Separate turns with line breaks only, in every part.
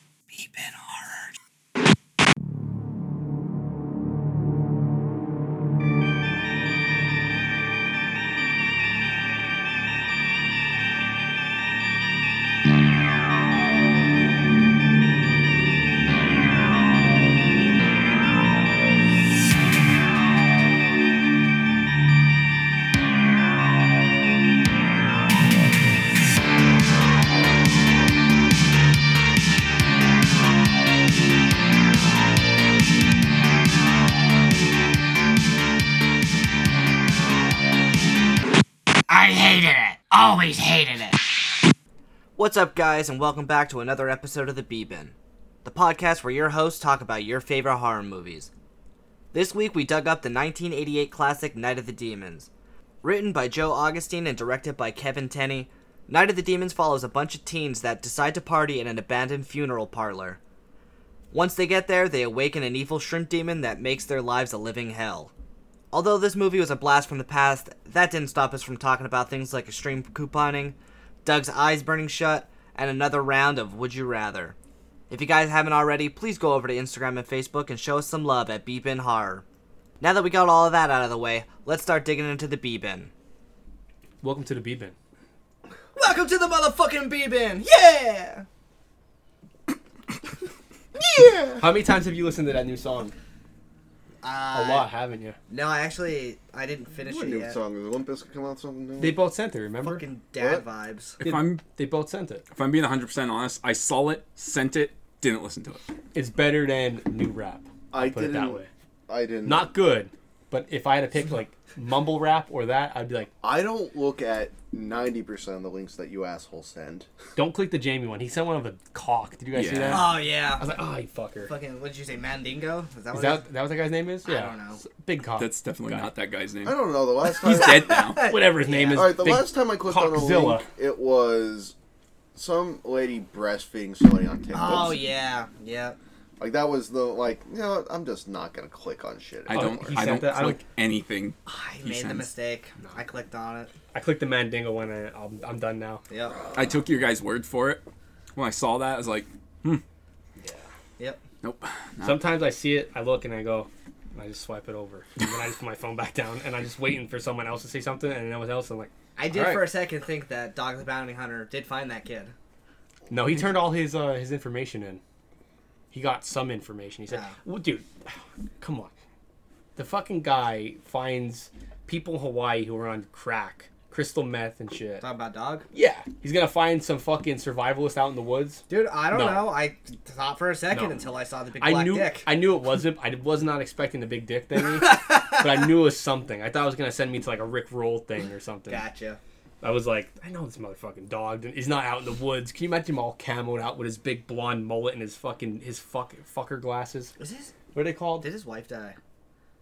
Beepin' horror.
I hated it. Always hated it.
What's up, guys, and welcome back to another episode of The B-Bin, the podcast where your hosts talk about your favorite horror movies. This week, we dug up the 1988 classic Night of the Demons. Written by Joe Augustine and directed by Kevin Tenney, Night of the Demons follows a bunch of teens that decide to party in an abandoned funeral parlor. Once they get there, they awaken an evil shrimp demon that makes their lives a living hell. Although this movie was a blast from the past, that didn't stop us from talking about things like extreme couponing, Doug's eyes burning shut, and another round of Would You Rather. If you guys haven't already, please go over to Instagram and Facebook and show us some love at Beepin Horror. Now that we got all of that out of the way, let's start digging into the Beepin.
Welcome to the B bin.
Welcome to the motherfucking B bin. Yeah.
How many times have you listened to that new song? A lot, haven't you?
No, I actually I didn't finish
What
it
new
yet.
song? Is Limp Bizkit come out something new?
They both sent it. Remember?
Fucking dad vibes.
They-
If I'm
They both sent it.
if I'm being 100% honest, I saw it, sent it, didn't listen to it.
It's better than new rap.
I
Put it that way.
I didn't.
Not good, but if I had to pick like mumble rap or that, I'd be like,
I don't look at ninety percent of the links that you assholes send.
don't click the Jamie one. He sent one of a cock. Did you guys see
Yeah.
that?
Ah.
I
Oh yeah.
was like, oh, you fucker.
Fucking what did you say, Mandingo? Is that
Is
what it
that that was that guy's name is? Yeah.
don't know.
S- Big cock.
That's definitely
Got
not that guy's name.
I don't know. The last time
He's dead now.
whatever his name is.
All right, the
Big
last time I clicked on a
cockzilla.
link, it was some lady breastfeeding somebody on TikTok.
Oh yeah, yeah.
Like that was the like. You know, I'm just not gonna click on shit.
I don't.
Oh, he
I don't
sent
click
that- I don't-
anything.
I
He
made the
sends-
mistake. I clicked on it.
I clicked the Mandingo one and I'm, I'm done now.
Yep.
I took your guys' word for it. When I saw that, I was like,
Yep.
nope. Nah.
Sometimes I see it, I look and I go, and I just swipe it over. And then I just put my phone back down and I'm just waiting for someone else to say something and no one else. I'm like,
I did
Alright.
for a second think that Dog the Bounty Hunter did find that kid.
No, he turned all his uh, his information in. He got some information. He said,
Yeah.
well, "Dude, come on." The fucking guy finds people in Hawaii who are on crack, crystal meth, and shit.
Talking about dog?
Yeah, he's gonna find some fucking survivalist out in the woods.
Dude, I don't
No.
know. I thought for a second
No.
until I saw the big black
I knew,
dick.
I knew it wasn't. I was not expecting the big dick thingy, but I knew it was something. I thought it was gonna send me to like a Rick Roll thing or something.
Gotcha.
I was like, I know this motherfucking dog. He's not out in the woods. Can you imagine him all camoed out with his big blonde mullet and his fucking his fuck fucker glasses?
Was his,
What are they called?
did his wife die?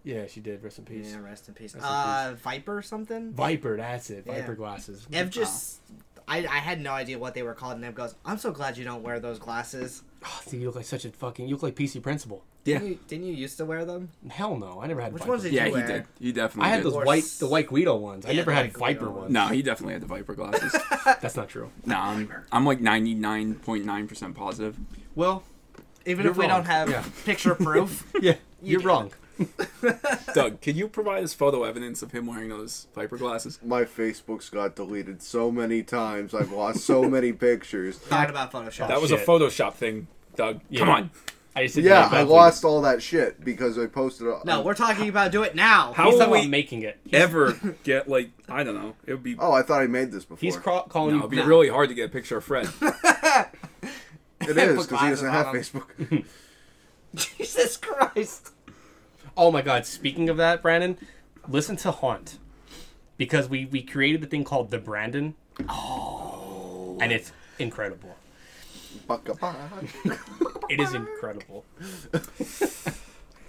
Yeah, she did. Rest in peace.
Yeah, rest in peace.
Rest in
Uh, Viper or something?
Viper, that's it.
Yeah.
Viper glasses.
Ev just.
Oh.
I, I had no idea what they were called, and Ev goes, I'm so glad you don't wear those glasses.
Oh, dude, you look like such a fucking. You look like PC Principal.
yeah,
Didn't you, didn't you used to wear them?
Hell no, I never had.
Which
Viper.
ones did
yeah.
you
He
wear?
did. He definitely.
I had
did.
those
Or
white,
s-
the white Guido ones. I
Yeah,
never
the
had
white Guido
Viper
ones.
ones.
No, he definitely had the Viper glasses.
that's not true.
no, I'm, I'm like 99.9% positive.
Well,
Even
You're
if we
wrong.
don't have
Yeah.
picture proof.
yeah,
You
you're
did.
wrong.
Doug, can you provide us photo evidence of him wearing those Viper glasses?
My Facebook's got deleted so many times. I've lost so many pictures.
talking about Photoshop.
That was a Shit.
Photoshop thing, Doug. Come on.
I just did
Yeah,
that.
I lost all that shit because I posted. A,
no, we're talking about do it now.
How
He's talking
will
about
we
making it. He's,
ever get, like, I don't know. It would be.
Oh, I thought I made this before.
he's craw-
no,
calling
it'd be
you.
really hard to get a picture of Fred.
Put
it is because he doesn't
glasses
have
on him.
Facebook.
Jesus Christ.
Oh my God! Speaking of that, Brandon, listen to Haunt, because we we created a thing called the Brandon. Oh. And it's incredible.
Buck-a-bye.
It is incredible.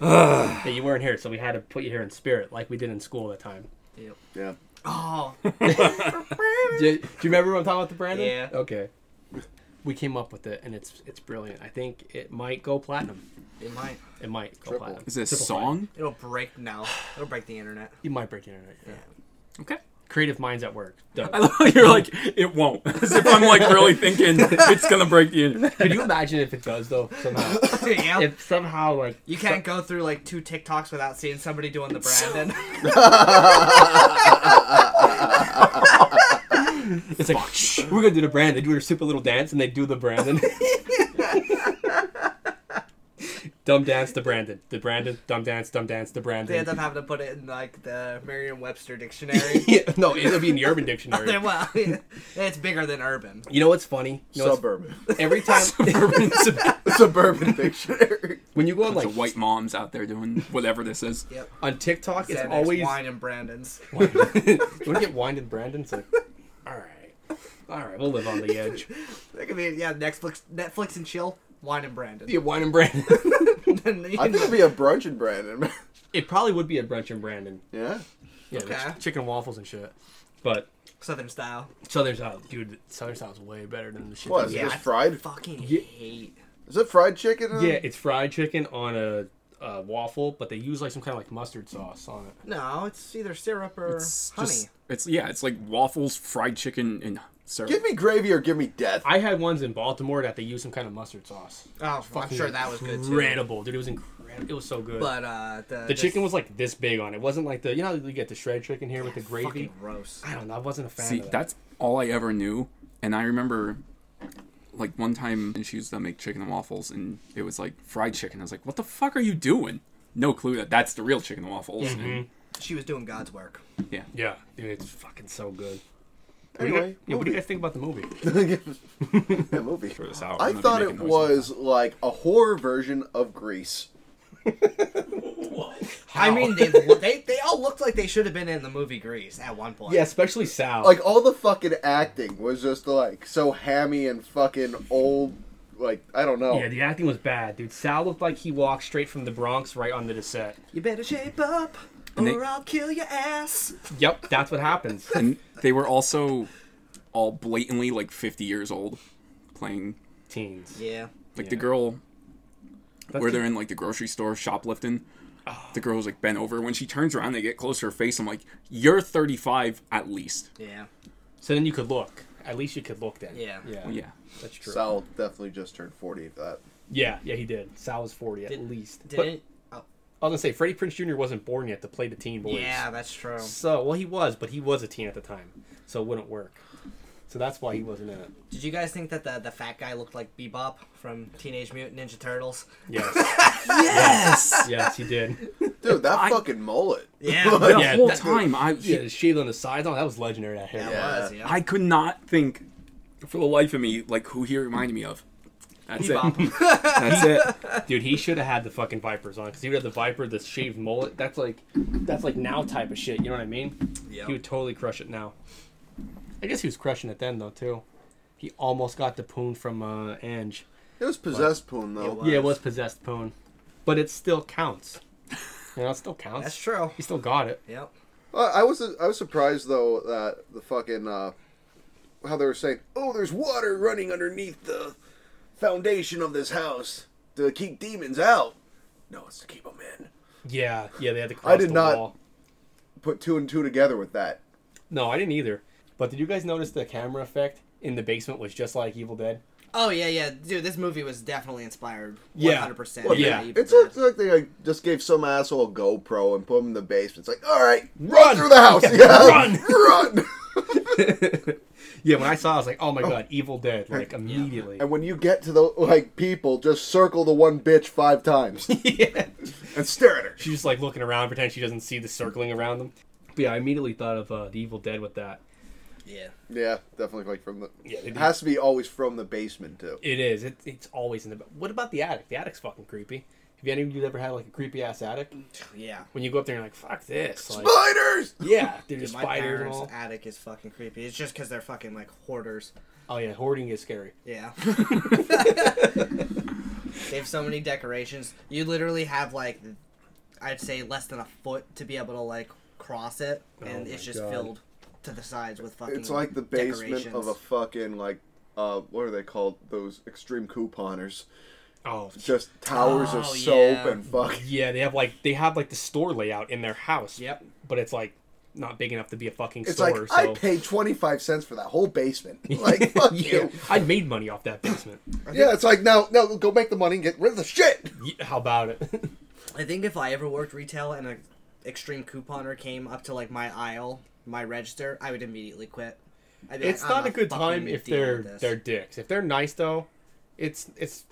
yeah, you weren't here, so we had to put you here in spirit, like we did in school that time.
yeah.
Oh.
Do you, do you remember what I'm talking about, the Brandon?
Yeah.
Okay. we came up with it, and it's it's brilliant. I think it might go platinum.
It might.
It might go platinum.
Is it a
Triple
song?
It'll break now. It'll break the internet.
platinum. You might break the internet. Yeah.
Okay.
Creative minds at work. Dope.
I love how you're like, it won't. As if I'm like really thinking it's gonna break the internet.
Could you imagine if it does though? Somehow,
yeah.
if somehow like
you can't go through like two TikToks without seeing somebody doing the Brandon.
it's like we're gonna do the brand. They do their stupid little dance and they do the Brandon. dumb dance the Brandon. The Brandon. Dumb dance. Dumb dance the
they end
Brandon.
up having to put it in like the Merriam-Webster dictionary.
yeah, no, it'll be in the Urban Dictionary.
well, it's bigger than urban.
You know what's funny? You know what's-
Suburban.
every time
It's a
Suburban dictionary.
when you go on
bunch
like
of white moms out there doing whatever this is.
Yep.
on TikTok, it's
Xanax,
always
wine and Brandon's.
you want to get wine and Brandon? It's like, all right, all right, we'll live on the edge.
That could be yeah Netflix, Netflix and chill. Wine and Brandon.
Yeah, wine and Brandon.
Then you
I think it'd be a brunch in Brandon.
it probably would be a brunch and Brandon.
yeah.
Yeah, with
Okay.
ch- chicken waffles and shit. But
Southern style.
Southern style, dude, Southern style's way better than the shit.
What
that
is
we
it?
Yeah.
Just fried?
Fucking hate.
Is it fried chicken?
get. Yeah, it's fried chicken on a, a waffle, but they use like some kind of like mustard sauce on it.
No, it's either syrup or
It's
honey.
just- it's yeah, it's like waffles, fried chicken, and syrup.
Give me gravy or give me death.
I had ones in Baltimore that they used some kind of mustard sauce.
oh, I'm
Fucking
sure that was good too.
Incredible, dude. It was incredible. It was so good.
But uh, the,
the chicken was like this big on it. it. Wasn't like the you know how you get the shred chicken here with the gravy.
fucking gross.
I don't know. I wasn't a fan.
See,
of that.
that's all I ever knew. And I remember, like, one time she used to make chicken and waffles, and it was like fried chicken. I was like, what the fuck are you doing? No clue that that's the real chicken and waffles.
Mm-hmm.
And,
She was doing God's work.
Yeah, dude, it's fucking so good.
Anyway,
yeah, what do
movie.
you guys think about the movie?
Yeah, movie.
Throw this out. I'm
I
gonna be
thought it
making noises.
was like a horror version of Grease.
I mean, they, they they all looked like they should have been in the movie Grease at one point.
Yeah, especially Sal.
Like all the fucking acting was just like so hammy and fucking old. Like I don't know.
yeah, the acting was bad, dude. Sal looked like he walked straight from the Bronx right onto the set.
You better shape up, or
And they-
I'll kill your ass.
Yep, that's what happens.
And they were also all blatantly like 50 years old playing.
Teens.
Yeah.
Like, the
Yeah.
girl
That's
where
the-
they're in like the grocery store shoplifting. The girl's like bent over. When she turns around, they get close to her face. I'm like, you're 35 at least.
Yeah.
So then you could look. At least you could look then.
Yeah.
Yeah.
Well, yeah.
That's true.
Sal definitely just turned forty. At that.
Yeah, yeah, he did. Sal was 40 at
Did-
least. But I
Didn't? Oh,
was going to say, Freddie Prince Jr. wasn't born yet to play the teen boys.
yeah, that's true.
So, well, he was, but he was a teen at the time. So it wouldn't work. So that's why he wasn't in it.
Did you guys think that the, the fat guy looked like Bebop from Teenage Mutant Ninja Turtles?
Yes.
Yes!
yes, he did.
Dude, that
I-
fucking mullet.
Yeah.
The
Yeah,
whole
that-
time, I,
Yeah, the shaved on the sides. Oh, that was legendary, that hair.
That
Yeah.
was, yeah.
I could not think for the life of me like who he reminded me of. That's it.
Bebop.
That's it.
Dude, he should have had the fucking vipers on because he would have the viper, the shaved mullet. That's like, that's like now type of shit. You know what I mean?
Yeah.
He would totally crush it now. I guess he was crushing it then though too. He almost got the poon from uh, Ange.
It was possessed poon
It
though.
was.
Yeah, it was possessed poon, but it still counts. You know, it still counts.
That's true.
He still got it.
Yep.
Uh, I was I was surprised though that the fucking uh, how they were saying, oh, there's water running underneath the foundation of this house to keep demons out. No, it's to keep them in.
Yeah, yeah, they had to cross
did
the
not-
wall.
Put two and two together with that.
No, I didn't either. But did you guys notice the camera effect in the basement was just like Evil Dead?
Oh yeah, yeah, dude. This movie was definitely inspired.
Yeah.
100%.
Well,
by
yeah.
Evil
It's
Dead.
like, it's like they like, just gave some asshole a GoPro and put him in the basement. It's like, all right, run,
Run!
through the house, yeah,
run!
run.
Yeah, when I saw, it, I was like, oh my god, Evil Dead! Like immediately.
and when you get to the like people, just circle the one bitch five times
yeah.
and stare at her.
She's just like looking around, pretending she doesn't see the circling around them. But yeah, I immediately thought of uh, the Evil Dead with that.
yeah.
Yeah, definitely like from the.
Yeah, they
it
do.
has to be always from the basement too.
It is. It, it's always in the. What about the attic? The attic's fucking creepy. Have you any of you ever had like a creepy ass attic?
Yeah.
When you go up there, you're like, fuck this. Like,
Spiders.
yeah, there's
Dude, my
spiders and
parents'
all.
attic is fucking creepy. It's just because they're fucking like hoarders.
Oh yeah, hoarding is scary.
Yeah. they have so many decorations. You literally have like, I'd say less than a foot to be able to like cross it, and
Oh my
it's just
God.
filled to the sides with fucking.
It's like the basement of
decorations.
a fucking like a uh, what are they called? Those extreme couponers.
Oh,
Just towers of
Oh,
soap
yeah.
and fuck.
yeah. They have like they have like the store layout in their house.
Yep.
But it's like not big enough to be a fucking
It's
store.
like
so
I paid twenty five cents for that whole basement. Like fuck
yeah,
you.
I made money off that basement.
Yeah, it's like now, now go make the money and get rid of the shit.
Ye- How about it?
I think if I ever worked retail and an extreme couponer came up to like my aisle, my register, I would immediately quit. I'd be like,
it's
"I'm
not a good
fucking
time if
dealing
they're
with this."
they're dicks. If they're nice though, it's it's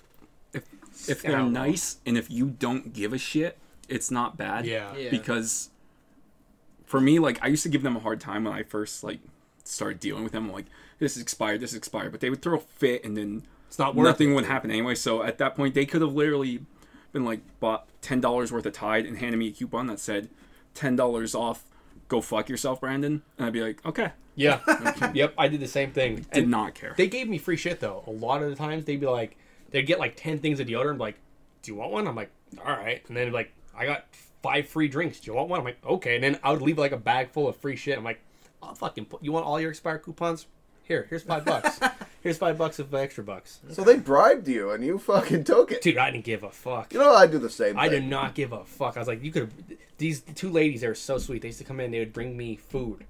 if they're
Scoundrel.
nice and if you don't give a shit, it's not bad.
Yeah. Yeah.
Because for me, like I used to give them a hard time when I first like started dealing with them. I'm like this is expired, this is expired, but they would throw a fit and then
it's not worth
nothing
it.
would happen anyway. So at that point, they could have literally been like bought ten dollars worth of Tide and handed me a coupon that said ten dollars off. Go fuck yourself, Brandon. And I'd be like, okay,
Yeah. yep. I did the same thing.
did
And
not care.
They gave me free shit though. A lot of the times they'd be like, they'd get like ten things of deodorant. Like, do you want one? I'm like, all right. And then like, I got five free drinks. Do you want one? I'm like, okay. And then I would leave like a bag full of free shit. I'm like, I'll fucking. Put, you want all your expired coupons? Here, here's five bucks. here's five bucks of extra bucks.
So they bribed you and you fucking took it.
Dude, I didn't give a fuck.
You know I do the same.
I
thing.
did not give a fuck. I was like, you could. These two ladies, they were so sweet. They used to come in. They would bring me food.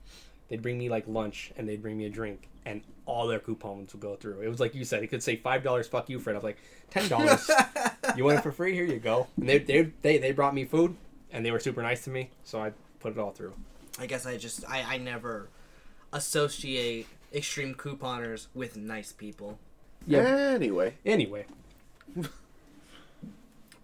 They'd bring me like lunch, and they'd bring me a drink, and all their coupons would go through. It was like you said. It could say five dollars. Fuck you, Fred. I was like, ten dollars. you want it for free? Here you go. And they, they they they brought me food, and they were super nice to me. So I put it all through.
I guess I just I, I never associate extreme couponers with nice people.
Anyway,
Anyway,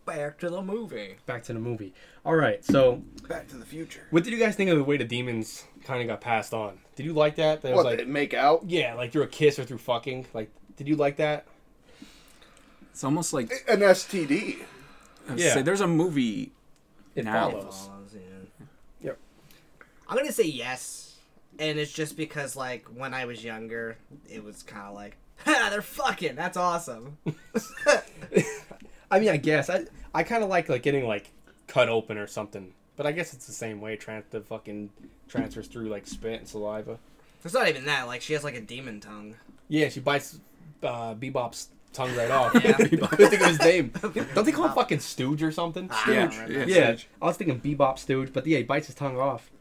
Back to the movie.
back to the movie. All right. So
Back to the Future.
what did you guys think of the way the demons kind of got passed on? Did you like that? That it was
What
like
did it make out?
yeah, like through a kiss or through fucking. Like, did you like that?
It's almost like uh,
An STD.
Yeah.
say there's a movie
It
Now.
follows.
Follows, yeah.
Yep.
I'm gonna say yes, and it's just because like when I was younger, it was kind of like, ha, they're fucking. That's awesome.
I mean, I guess I I kind of like like getting like cut open or something, but I guess it's the same way. Trans the fucking transfers through like spit and saliva.
it's not even that. Like she has like a demon tongue.
Yeah, she bites uh, Bebop's tongue right off.
Yeah.
I couldn't think of his name. Don't they call him fucking Stooge or something?
I
Yeah,
don't remember.
yeah,
Yeah, I was thinking Bebop Stooge, but yeah, he bites his tongue off,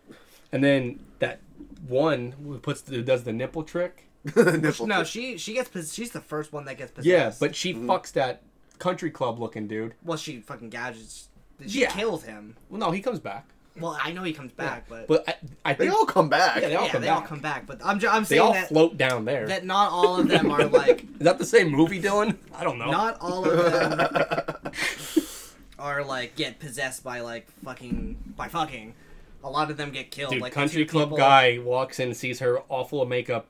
and then that one who puts the, does the nipple trick.
Nipple.
No, she she gets pos- she's the first one that gets possessed.
Yeah, but she fucks that country club looking dude.
well, she fucking gouges. She
Yeah.
killed him.
Well, no, he comes back.
Well, I know he comes back, but
But I, I
They
think
all come back.
Yeah, they all
yeah,
come
they
back.
all come back. But I'm ju- I'm
they
saying
all
that
float down there.
that not all of them are like
Is that the same movie, Dylan? I don't know.
not all of them are like get possessed by like fucking by fucking. A lot of them get killed.
Dude,
like the
country
two
club
people-
guy walks in and sees her all full of makeup,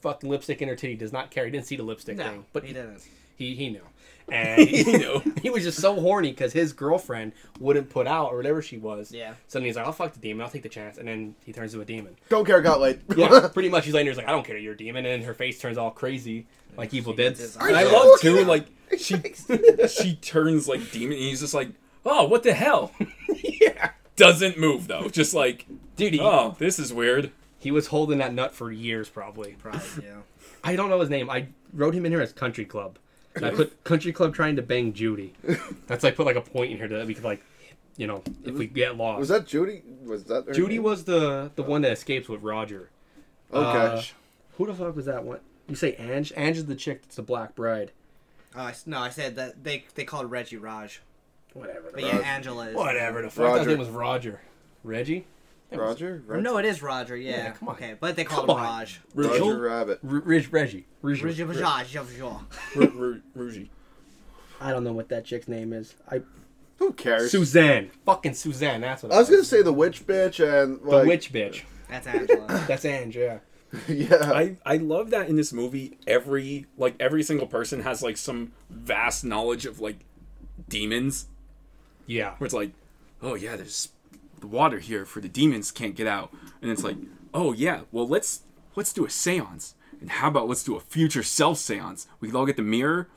fucking lipstick in her titty. Does not care. He didn't see the lipstick
No,
thing, but
he didn't.
He he knew, and he knew. He was just so horny because his girlfriend wouldn't put out or whatever she was.
Yeah.
So then he's like, "I'll fuck the demon. I'll take the chance." And then he turns into a demon.
Don't care. Got laid.
Yeah, pretty much. He's laying there, he's like, "I don't care. You're a demon." And then her face turns all crazy, like Evil Dead.
gets his
And I
eyes
love
out.
too, like
she she turns like demon and he's just like oh what the hell
yeah.
doesn't move though just like
Dude, he,
oh this is weird
he was holding that nut for years, probably.
Probably, yeah.
I don't know his name. I wrote him in here as Country Club. And I put Country Club trying to bang Judy. That's like put like a point in here that we could like, you know, if we get lost.
Was that Judy? Was that her
Judy
name? Oh,
was uh, the the one that escapes with Roger.
Okay.
Who the fuck was that one? You say Ange? Ange is the chick that's the Black Bride.
Oh, I s no, I said that they they called Reggie Raj,
Whatever.
but yeah, Angela is.
Whatever the fuck. I thought His
Roger.
name was Roger. Reggie.
Roger. Roger,
No, it is Roger. Yeah.
come on.
Okay, but they
Come
called him
on.
Raj.
Roger Rabbit.
R- Reg- Reggie. Reggie.
Reggie Raj. Raj.
Rougie.
I don't know what that chick's name is. I
Who cares?
Suzanne. Fucking Suzanne. That's what
I was gonna say the witch bitch and
the
like,
witch bitch.
That's Angela.
That's Ange. Yeah.
Yeah.
I, I love that in this movie every like every single person has like some vast knowledge of like demons
Yeah.
where it's like oh yeah there's the water here for the demons can't get out and it's like oh yeah well let's let's do a seance and how about let's do a future self seance we could all get the mirror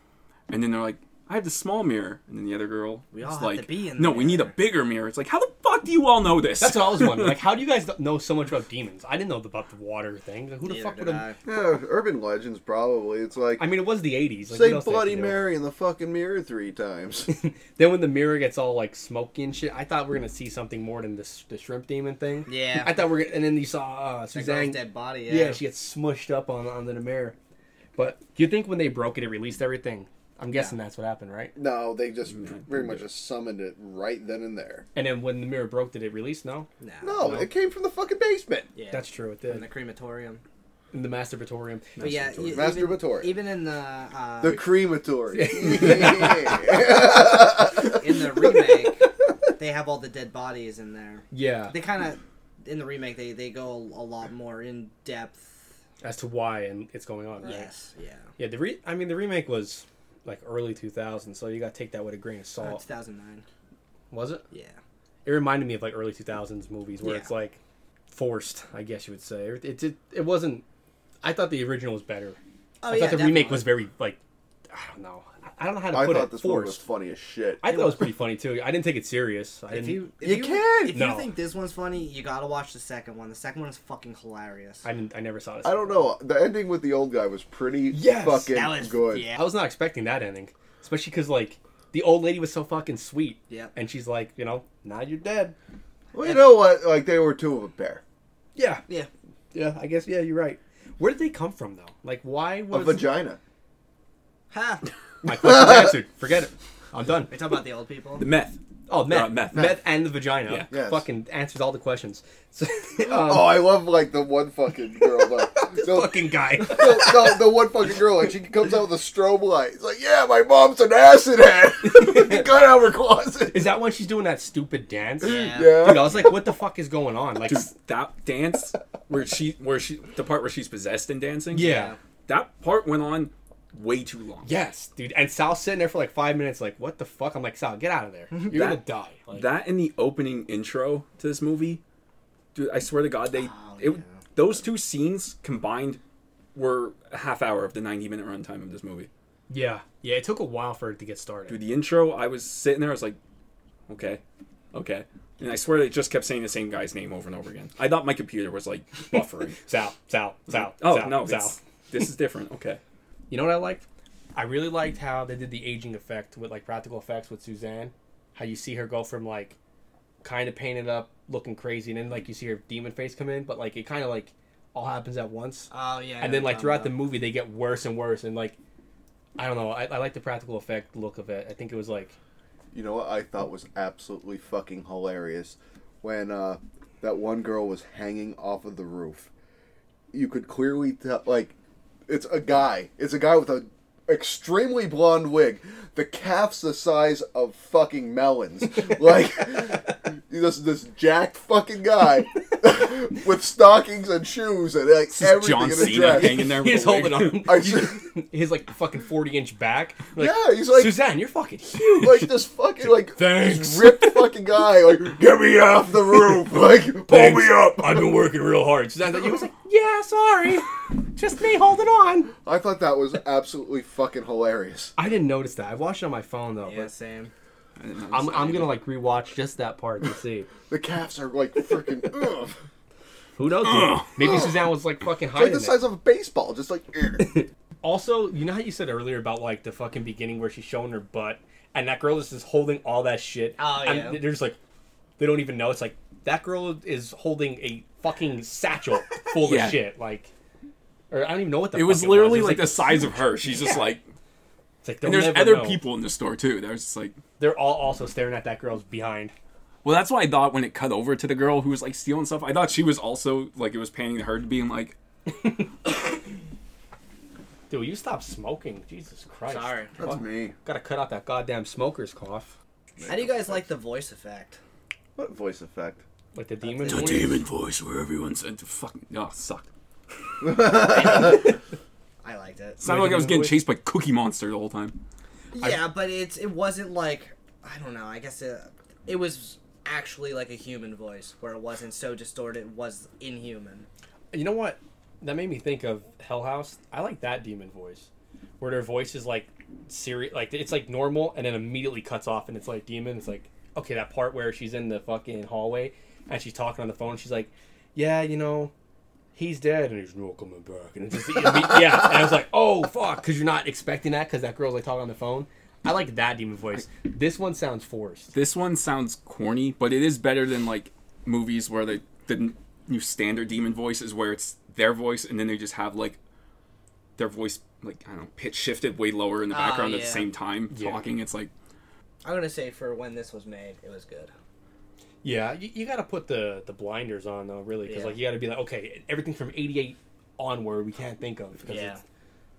and then they're like i have the small mirror and then the other girl we
all have
like
to be in the
no we need a
mirror."
bigger mirror it's like how the fuck do you all know this?
That's what I was wondering. Like, how do you guys know so much about demons? I didn't know about the water thing. Like, who the
Neither
fuck
did
would have?
I.
Yeah, urban legends probably. It's like
I mean, it was the '80s. Like, what
say
else did they have
Bloody
to do?
Mary in the fucking mirror three times.
Then when the mirror gets all like smoky and shit, I thought we are gonna see something more than this the shrimp demon thing.
Yeah.
I thought we are gonna, and then you saw uh,
That
Suzanne.
girl's dead body.
yeah. she gets smushed up on on the mirror. But do you think when they broke it, it released everything? I'm guessing that's what happened, right?
no, they just
Mm,
very much just summoned it right then and there.
And then when the mirror broke, did it release? No,
Nah.
No, it came from the fucking basement.
Yeah.
that's true. It
In the
did.
crematorium.
In the masturbatorium.
But yeah, e- even-
Masturbatory.
Even, in the uh,
The crematory.
in the remake, they have all the dead bodies in there.
Yeah,
They kind of in the remake they they go a lot more in depth.
as to why and it's going on, right?
Yes, yeah.
Yeah, the re- I mean the remake was like early 2000s, so you got to take that with a grain of
Uh,
salt.
2009.
was it?
Yeah.
It reminded me of like early 2000s movies where
Yeah.
it's like forced, I guess you would say. It, it it it wasn't I thought the original was better.
Oh
I thought the remake was very like I don't know. I- I don't know how to
I
put
thought
it.
this one was
forced.
funny as shit.
I thought it was pretty funny too. I didn't take it serious. I
If
didn't
you if
You
you,
can't!
if
No.
you think this one's funny, you gotta watch the second one. The second one is fucking hilarious.
I didn't I never saw this.
I don't know. The ending with the old guy was pretty
Yes!
fucking
that was
good.
Yeah.
I was not expecting that ending, especially cuz like the old lady was so fucking sweet.
Yep.
And she's like, you know, now you're dead.
Well, you know what? Like they were two of a pair.
Yeah.
Yeah.
Yeah, I guess yeah, you're right. Where did they come from though? Like why
A
was
vagina.
Ha!
My question's answered. Forget it. I'm done.
They talk about the old people.
the meth.
Oh, meth.
Uh, meth.
meth. and the vagina.
Yeah.
Yes.
Fucking answers all the questions. So, um,
Oh, I love like the one fucking girl. Like, no,
fucking guy.
no, no, the one fucking girl. Like she comes out with a strobe light. It's like, yeah, my mom's an acid head. Got out of her closet.
Is that when she's doing that stupid dance?
Yeah.
Dude, I
Yeah.
was like, what the fuck is going on? Like,
Dude, that dance where she where she the part where she's possessed and dancing.
yeah.
That part went on way too long.
Yes, dude. And Sal's sitting there for like five minutes, like, what the fuck? I'm like, Sal, get out of there. You're gonna
That-
die. Like,
That and the opening intro to this movie, dude. I swear to God, they
Oh,
it,
yeah.
those two scenes combined were a half hour of the ninety minute runtime of this movie.
yeah. Yeah, it took a while for it to get started.
Dude, the intro, I was sitting there, I was like, okay, okay. And I swear they just kept saying the same guy's name over and over again. I thought my computer was like buffering.
Sal, Sal, Sal.
oh
Sal,
no,
Sal.
it's- this is different. Okay.
You know what I liked? I really liked how they did the aging effect with like practical effects with Suzanne. How you see her go from like kind of painted up, looking crazy, and then like you see her demon face come in, but like it kind of like all happens at once.
Oh yeah.
and then like throughout the movie, they get worse and worse, and like I don't know. I, I like the practical effect look of it. I think it was like
You know what I thought was absolutely fucking hilarious when uh, that one girl was hanging off of the roof. You could clearly tell, like, it's a guy. It's a guy with a extremely blonde wig. The calf's the size of fucking melons. like this this jacked fucking guy with stockings and shoes and like
This is
everything
John
in a
Cena
dress.
hanging there. with
he's
a wig.
holding on.
I s-
He's like fucking forty inch back. Like,
yeah, he's like
Suzanne, you're fucking huge.
like this fucking like
Thanks.
ripped fucking guy like get me off the roof like pull me up
I've been working real hard. Suzanne, you was like, yeah, sorry, just me holding on.
I thought that was absolutely fucking hilarious.
I didn't notice that. I watched it on my phone though.
Yeah, same.
I didn't know
But I'm,
this
I'm
guy.
gonna like rewatch just that part to see.
The calves are like freaking ugh.
Who knows? dude? Maybe Suzanne was like fucking
like
hiding
the
it.
size of a baseball, just like ugh.
Also, you know how you said earlier about like the fucking beginning where she's showing her butt, and that girl is just holding all that shit.
Oh, yeah.
And they're just like, they don't even know. It's like that girl is holding a fucking satchel full
Yeah.
of shit. Like, or I don't even know what the.
It was
fuck
literally
It
like, the size of her. She's just like,
It's like
and
they'll
there's
never
other
know.
people in the store too. There's just like,
They're all also staring at that girl's behind.
well, that's why I thought when it cut over to the girl who was like stealing stuff, I thought she was also like it was panning to her to being like,
Dude, you stop smoking. Jesus Christ.
Sorry.
That's me.
Gotta cut out that goddamn smoker's cough.
How do you guys like the voice effect?
What voice effect?
Like the demon.
the
voice.
demon voice where everyone said to fucking oh sucked.
I liked it.
Sounded like I was
demon
getting
voice?
chased by Cookie Monster the whole time.
Yeah, but it's it wasn't like I don't know. I guess it, it was actually like a human voice where it wasn't so distorted. It was inhuman.
You know what? That made me think of Hell House. I like that demon voice, where their voice is like serious, like it's like normal, and then immediately cuts off, and it's like demon. It's like okay, that part where she's in the fucking hallway and she's talking on the phone. She's like, "Yeah, you know, he's dead and he's not coming back." And it's just it'd be- yeah, and I was like, "Oh fuck," because you're not expecting that because that girl's like talking on the phone. I like that demon voice. This one sounds forced.
This one sounds corny, but it is better than like movies where they, the new standard demon voice is where it's their voice and then they just have like their voice like I don't know pitch shifted way lower in the
Ah,
background at
yeah.
the same time
Yeah.
talking. It's like
I'm gonna say for when this was made, it was good.
Yeah, you, you got to put the the blinders on though, really, because
Yeah.
like you got to be like, okay, everything from '88 onward we can't think of because
Yeah.
it's,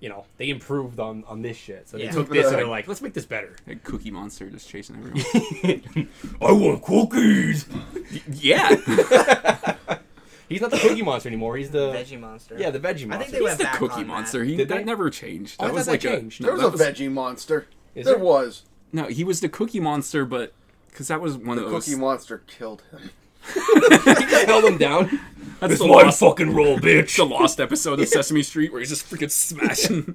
you know they improved on on this shit. So they
Yeah.
took this and they're like, let's make this better.
a cookie monster just chasing everyone.
I want cookies.
yeah,
He's not the cookie monster anymore. He's the
Veggie Monster.
yeah the veggie monster.
I think they
he's
went
the
back
cookie
on
monster.
That.
He
Did
that
they?
never changed.
Oh, I
That
thought
was
that
like a
changed.
no,
There was
that
a veggie monster.
Is
there
there?
was.
no. He was the cookie monster, but because that was one of those.
Cookie Monster killed him.
held him down.
that's
It's
the
my
lost,
fucking role, bitch.
the lost episode of Sesame Street where he's just freaking smashing.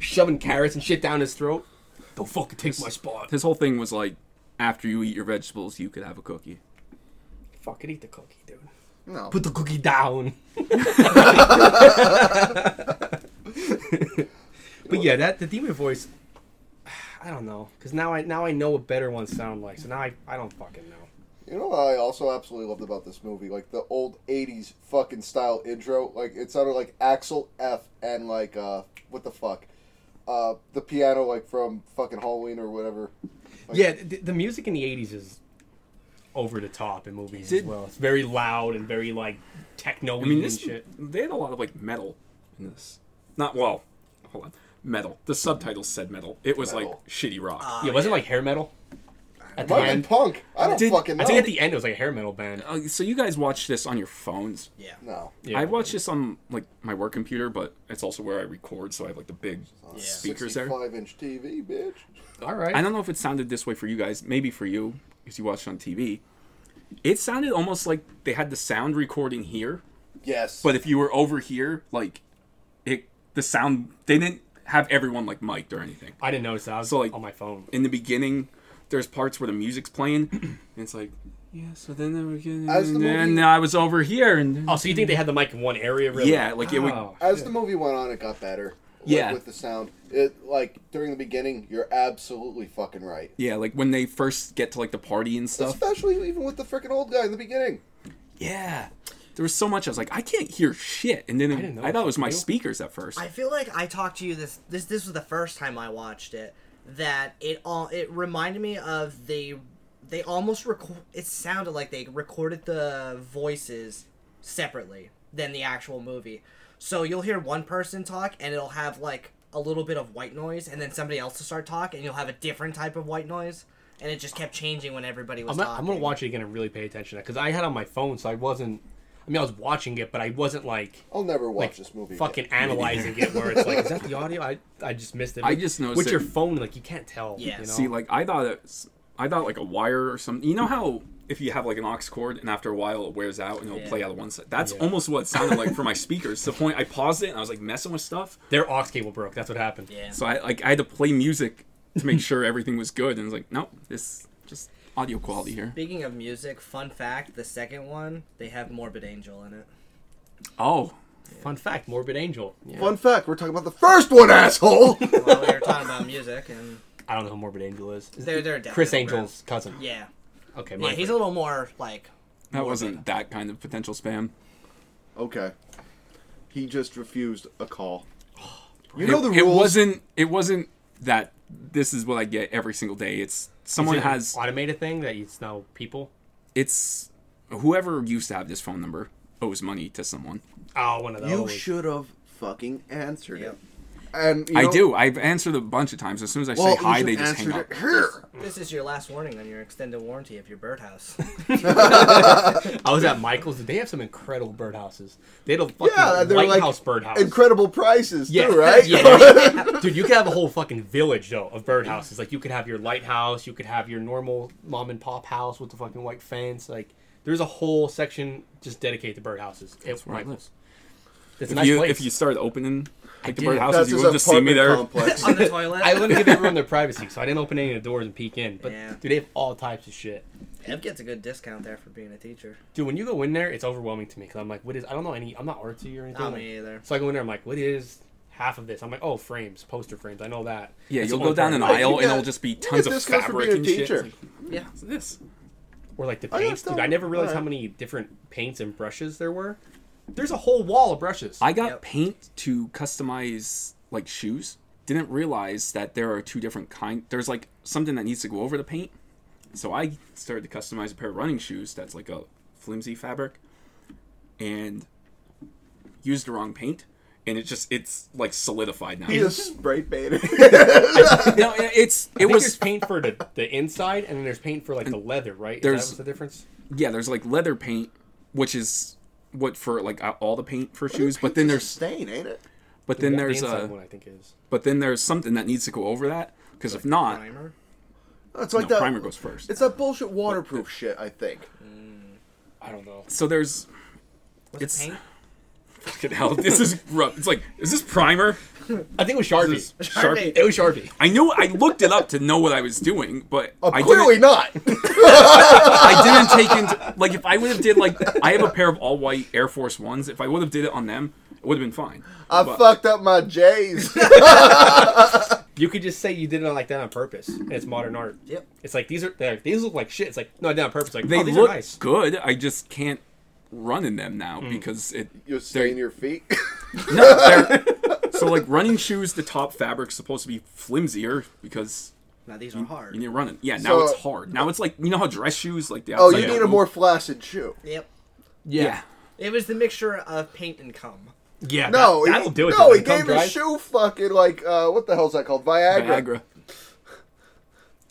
Shoving carrots and shit down his throat. Don't fucking take my spot.
His whole thing was like, after you eat your vegetables, you could have a cookie.
Fucking eat the cookie, dude.
No.
Put the cookie down. but yeah, that the demon voice. I don't know, cause now I now I know what better ones sound like. So now I, I don't fucking know.
You know what I also absolutely loved about this movie? Like the old 80s fucking style intro. Like it sounded like Axel F and like, uh, what the fuck? Uh, the piano like from fucking Halloween or whatever.
Yeah, the, the music in the '80s is over the top in movies as
Did-
well. It's very loud and very like techno
I mean,
and
this
shit.
they had a lot of like metal in this. Not well, hold on, metal. The subtitles said metal. It was
Metal.
like shitty rock.
yeah, wasn't it like hair metal? At the
Might have been
end,
punk. I don't
Did-
fucking
I
know.
think at the end it was like a hair metal band.
Uh, so you guys watch this on your phones.
Yeah.
no.
Yeah.
I watch this on like my work computer, but it's also where I record, so I have like the big speakers there.
65 Uh, inch TV, bitch.
All right.
I don't know if it sounded this way for you guys, maybe for you, because you watched it on TV. It sounded almost like they had the sound recording here,
Yes.
but if you were over here, like it, the sound they didn't have everyone like mic'd or anything.
I didn't notice that. I was
So, like-
on my phone.
In the beginning, there's parts where the music's playing, and it's like, yeah. So then they were getting,
As the
and then
movie-
I was over here, and then-
Oh, so you think they had the mic in one area? Really?
yeah, like it would.
Oh.
As the movie went on, it got better. Like,
Yeah.
With the sound. It, like, during the beginning, you're absolutely fucking right.
Yeah, like when they first get to like the party and stuff.
Especially even with the freaking old guy in the beginning.
Yeah. There was so much I was like, I can't hear shit. And then
didn't know
I, thought it was my
you-
speakers at first.
I feel like I talked to you this this this was the first time I watched it that it all it reminded me of the they almost record it sounded like they recorded the voices separately than the actual movie. So you'll hear one person talk and it'll have like a little bit of white noise and then somebody else will start talking and you'll have a different type of white noise and it just kept changing when everybody was
I'm,
talking.
not, I'm gonna watch it again and really pay attention to that because I had it on my phone, so I wasn't. I mean, I was watching it, but I wasn't like
I'll never watch
like
this movie. again.
fucking analyzing it. Where it's like, is that the audio? I I just missed it.
I just noticed
with
it.
your phone, like you can't tell.
Yeah.
You know?
See, like I thought it was, I thought like a wire or something. You know how if you have like an aux cord and after a while it wears out and it'll play out of one side. That's
Yeah.
almost what it sounded like for my speakers. To the point I paused it and I was like messing with stuff.
their aux cable broke. That's what happened.
Yeah.
So I like I had to play music to make sure everything was good and I was like, nope, this just audio quality here.
Speaking of music, fun fact, the second one, they have Morbid Angel in it.
Oh.
Fun fact: Morbid Angel. Yeah.
Fun fact, we're talking about the first one, asshole!
Well, we were talking about music and
I don't know who Morbid Angel is. Is
They're-
it
they're death
Chris
metal
Angel's cousin.
yeah.
Okay.
Yeah,
My
he's a little more like
That wasn't that kind of potential spam.
okay. He just refused a call. You
It-
know the
it,
rules.
wasn't it wasn't that this is what I get every single day. It's someone has
automated thing that it's now people.
it's whoever used to have this phone number owes money to someone.
Oh, one of those.
You should have fucking answered it. And you
I
know-
do. I've answered a bunch of times. As soon as I
Well,
say
you
hi,
should
they just
answered
hang up.
it here.
this is your last warning on your extended warranty of your birdhouse.
I was at Michael's. They have some incredible birdhouses. They had a fucking
Yeah, they're
White
like
House birdhouse.
Incredible prices,
Yeah.
too, right?
Yeah. Dude, you could have a whole fucking village though of birdhouses. Like you could have your lighthouse, you could have your normal mom and pop house with the fucking white fence. Like there's a whole section just dedicated to birdhouses. It
where I
Michael's. It's a
If
nice
you
place.
if you started opening like the
did.
birdhouses,
That's
you
his
would just see me
apartment
there.
complex.
on the toilet.
I wouldn't give everyone their privacy, so I didn't open any of the doors and peek in. But
Yeah.
dude, they have all types of shit.
Ev gets a good discount there for being a teacher.
Dude, when you go in there, it's overwhelming to me because I'm like, what is? I don't know any. I'm not artsy or anything.
Not
like-
me either.
So I go in there, I'm like, what is half of this? I'm like, oh, frames, poster frames. I know that.
Yeah,
That's
you'll
the
go
only
down
part
an
I know.
Wait, you
aisle and
got-
it'll just be
you got
tons of
discounts for
fabric
being a
and shit.
teacher.
It's like,
Yeah.
What's this?
Or like the
I
paints, dude.
understand.
I never realized how
Alright.
many different paints and brushes there were. There's a whole wall of brushes.
I got
Yep.
paint to customize like shoes. Didn't realize that there are two different kind. There's like something that needs to go over the paint. So I started to customize a pair of running shoes that's like a flimsy fabric and used the wrong paint and it just it's like solidified now.
He's a spray painter.
no, it- it's it
I think there's
was
paint for the, the inside, and then there's paint for like the leather, right? Is that
there's-
what's the difference?
yeah, there's like leather paint which is what for like all the paint for shoes, but then
It's a
there's
stain, ain't it?
but then there's uh,
the
a
inside one, I think is.
but then there's something that needs to go over that because if not
Primer.
Oh, It's like
no,
that.
primer goes first.
It's that bullshit waterproof shit. I think.
I don't know.
so there's
What's
It's-
it's paint?
fucking hell. This is rough. It's like is this primer?
I think it was Sharpie.
Is this Sharpie?
It was Sharpie.
I knew I looked it up to know what I was doing, but
Oh,
I
clearly
didn't,
not.
I didn't take into like if I would have did like I have a pair of all white Air Force Ones. If I would have did it on them, it would have been fine.
I
But-
fucked up my J's.
You could just say you did it like that on purpose. And it's modern art.
Yep.
It's like these are they're like, these look like shit. It's like no, I did it on purpose. Like
They
oh, these
look
are nice.
good. I just can't run in them now because it
You'll stain your feet.
no, they're, so like running shoes. The top fabric's supposed to be flimsier because
Now these are hard.
you need to run it. Yeah, now
So-
it's hard. Now it's like you know how dress shoes like the
Oh,
outside
you need a
don't-
more flaccid shoe.
Yep.
yeah.
It was the mixture of paint and cum.
Yeah.
No,
that,
he-
that'll do it.
No,
though.
he
It comes
gave
dry.
his shoe fucking like uh, what the hell's that called? Viagra.
Viagra.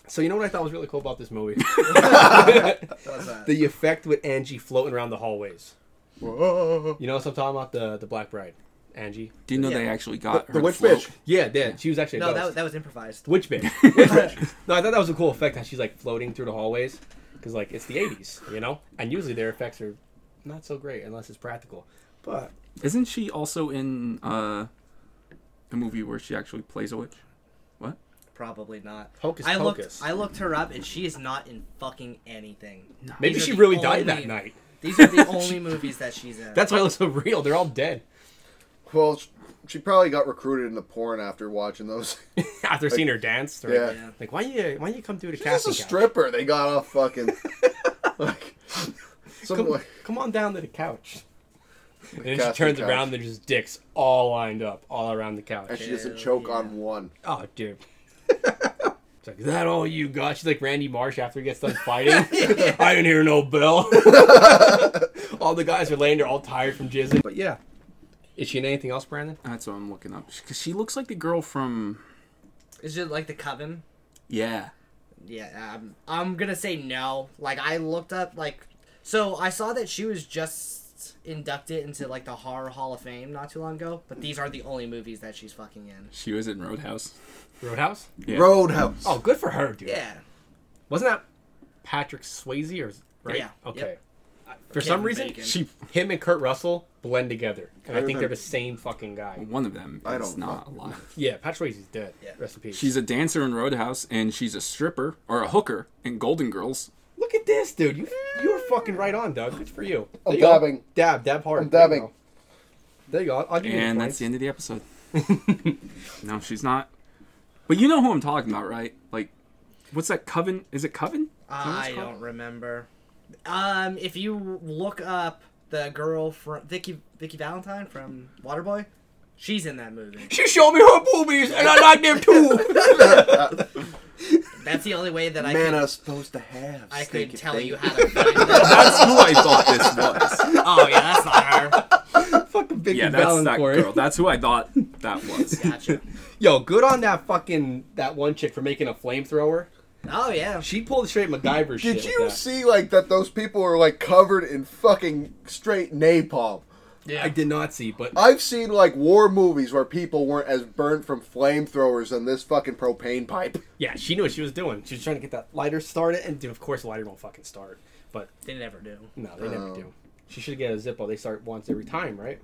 So you know what I thought was really cool about this movie?
What's that? uh,
the effect with Angie floating around the hallways. You know what I'm talking about? The the Black Bride, Angie.
Do you know
Yeah.
they actually got
The
her to
witch
float?
bitch.
Yeah, yeah. She was actually a
No, that,
ghost.
was- that was improvised.
Witch bitch. Witch bitch. No, I thought that was a cool effect how she's like floating through the hallways because like it's the 80s, you know, and usually their effects are not so great unless it's practical. But
Isn't she also in uh, a movie where she actually plays a witch? What?
Probably not.
Hocus
I looked.
Pocus.
I looked her up, and she is not in fucking anything.
maybe
These are
she
the
really died
only-
that night.
These are the only movies that she's in.
That's why it looks so real. They're all dead
Well, sh- she probably got recruited into porn after watching those.
after seeing her dance. They're
Yeah.
like,
Yeah.
like, why you why you come through the
She's
casting
a
couch?
stripper. They got off fucking. like, some
Come,
like-
come on down to the couch. And then she
casting
turns
couch.
around. and There's just dicks all lined up all around the couch.
and she doesn't
Ew,
choke
yeah.
on one.
Oh, dude. It's like, is that all you got? She's like Randy Marsh after he gets done fighting. I didn't hear no bell. all the guys are laying there all tired from jizzing. But yeah. Is she in anything else, Brandon?
That's what I'm looking up. Because she looks like the girl from.
Is it like the Coven?
Yeah.
Yeah, I'm, I'm gonna say no. Like I looked up like, so I saw that she was just inducted into like the horror Hall of Fame not too long ago. But these are the only movies that she's fucking in.
She was in Roadhouse.
Roadhouse?
Yeah.
Roadhouse.
Oh, good for her, dude.
Yeah,
Wasn't that Patrick Swayze or right?
Yeah.
Okay.
Yep.
For
Kevin
some reason,
Bacon.
She.
him and Kurt Russell blend together. And I think they're
remember-
the same fucking guy.
One of them.
I
I
don't
don't not alive.
Yeah, Patrick Swayze's dead.
Yeah.
Rest in peace.
She's a dancer in Roadhouse, and she's a stripper or a hooker in Golden Girls.
Look at this, dude. You you were fucking right on, Doug. Good for you.
Ah. I'm
There you go.
dabbing.
Dab, dab hard.
I'm
There you
dabbing.
go. There you go. I'll, I'll give you
And
the
that's the
points.
end of the episode. no, she's not. But you know who I'm talking about, right? Like, what's that coven? Is it coven?
I don't remember. Um, if you look up the girl from Vicky Vicky Valentine from Waterboy, she's in that movie.
She showed me her boobies, and I like them too.
That's the only way that I
Man,
could,
I was supposed to have.
I could
stinky
tell
thing.
you how to find this.
That's who I thought this was.
Oh yeah, that's not her.
fucking Vicky
Yeah, that's that
Valancourt.
girl. That's who I thought that was.
Gotcha.
Yo, good on that fucking that one chick for making a flamethrower.
Oh yeah.
She pulled straight MacGyver
Did
shit. with
you
that.
see like that? Those people are like covered in fucking straight napalm.
I did not see, but uh,
I've seen like war movies where people weren't as burnt from flamethrowers than this fucking propane pipe.
yeah, she knew what she was doing. She was trying to get that lighter started, and dude, of course, the lighter won't fucking start. But
They never do.
Oh.
no, they never do. She should get a Zippo. They start once every time, right?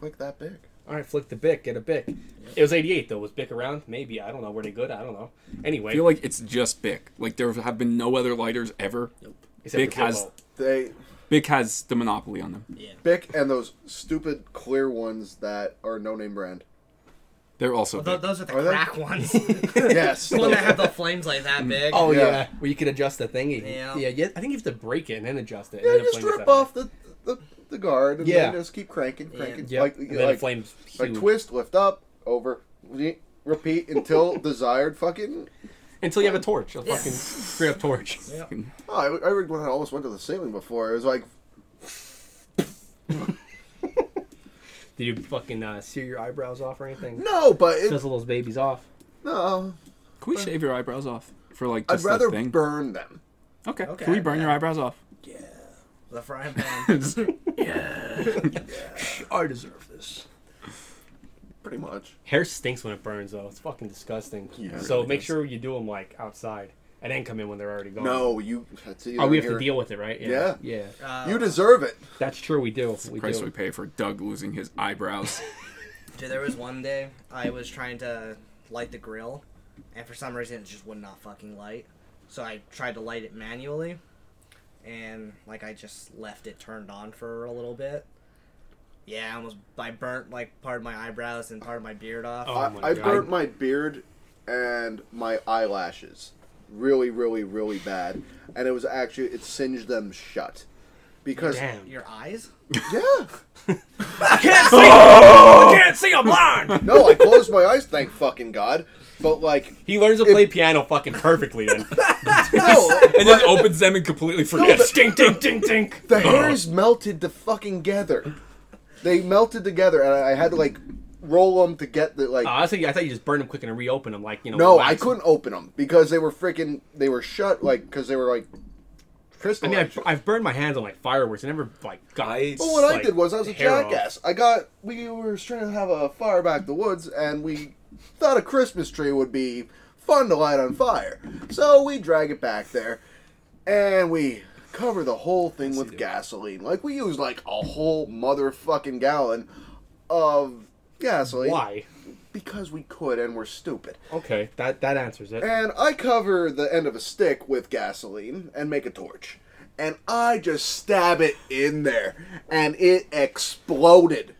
Flick that big.
All right, flick the bic, get a bic. It was 88 though. Was bic around? Maybe I don't know. Were they good? I don't know. Anyway,
I feel like it's just Bic. Like there have been no other lighters ever.
except
Bic
for Zippo.
has
They
Bic has the monopoly on them.
Bic and those stupid clear ones that are no name brand.
They're also
Th-
Bic.
those are the
Are they?
crack ones. the
Yes.
one that have the flames like that big.
Oh yeah.
Yeah.
where you can adjust the thingy.
Yeah.
Yeah. yeah, I think you have to break it and then adjust it. and
yeah,
then
just
flame goes
rip
that way.
off the, the the guard and
Yeah.
then just keep cranking, cranking.
Yeah,
Like
and then
like,
it flames.
like
huge.
twist, lift up, over, re- repeat until desired. Fucking.
until you have a torch, a fucking straight up torch.
Oh, I, I rigged one that almost went to the ceiling before. It was like
Did you fucking uh, sear your eyebrows off or anything?
no, but it,
Fizzle those babies off.
no.
Can we shave your eyebrows off for like
I'd
just
rather
that thing?
burn them.
okay.
Okay,
Can we burn
yeah.
your eyebrows off?
The frying pan.
I deserve this.
Pretty much.
Hair stinks when it burns though. It's fucking disgusting.
Yeah, it
so
really
make
does.
sure you do them like outside and then come in when they're already gone.
No, you. That's either
Oh, we have
here-
to deal with it, right?
Yeah.
Yeah.
Uh,
You deserve it.
That's true. We do. We
Price
do.
we pay for Doug losing his eyebrows.
Dude, there was one day I was trying to light the grill, and for some reason it just would not fucking light. So I tried to light it manually, and like I just left it turned on for a little bit. Yeah, I almost I burnt like part of my eyebrows and part of my beard off.
Oh. my
I, I
God.
burnt my beard and my eyelashes really, really, really bad, and it was actually it singed them shut because
Damn.
Your eyes?
yeah,
I can't see. I'm blind.
no, I closed my eyes, thank fucking god, but like
he learns to play piano fucking perfectly then.
no,
and then opens them and completely forgets.
Dink, dink, dink, dink.
the hairs melted the fucking together. They melted together, and I, I had to like roll them to get the like.
Uh, I, thought you, I thought you just burned them quick and reopen them, like you know.
no,
wax.
I couldn't open them because they were freaking. They were shut, like because they were like
I
crystal.
mean, I've, I've burned my hands on like fireworks. I never like got.
I-
But what I
like,
did was I was a
hair off.
jackass. I got we were trying to have a fire back in the woods, and we thought a Christmas tree would be fun to light on fire. So we drag it back there, and we cover the whole thing with gasoline. Like we used like a whole motherfucking gallon of gasoline.
Why?
Because we could, and we're stupid.
Okay, that that answers it.
And I cover the end of a stick with gasoline and make a torch. And I just stab it in there. And it exploded.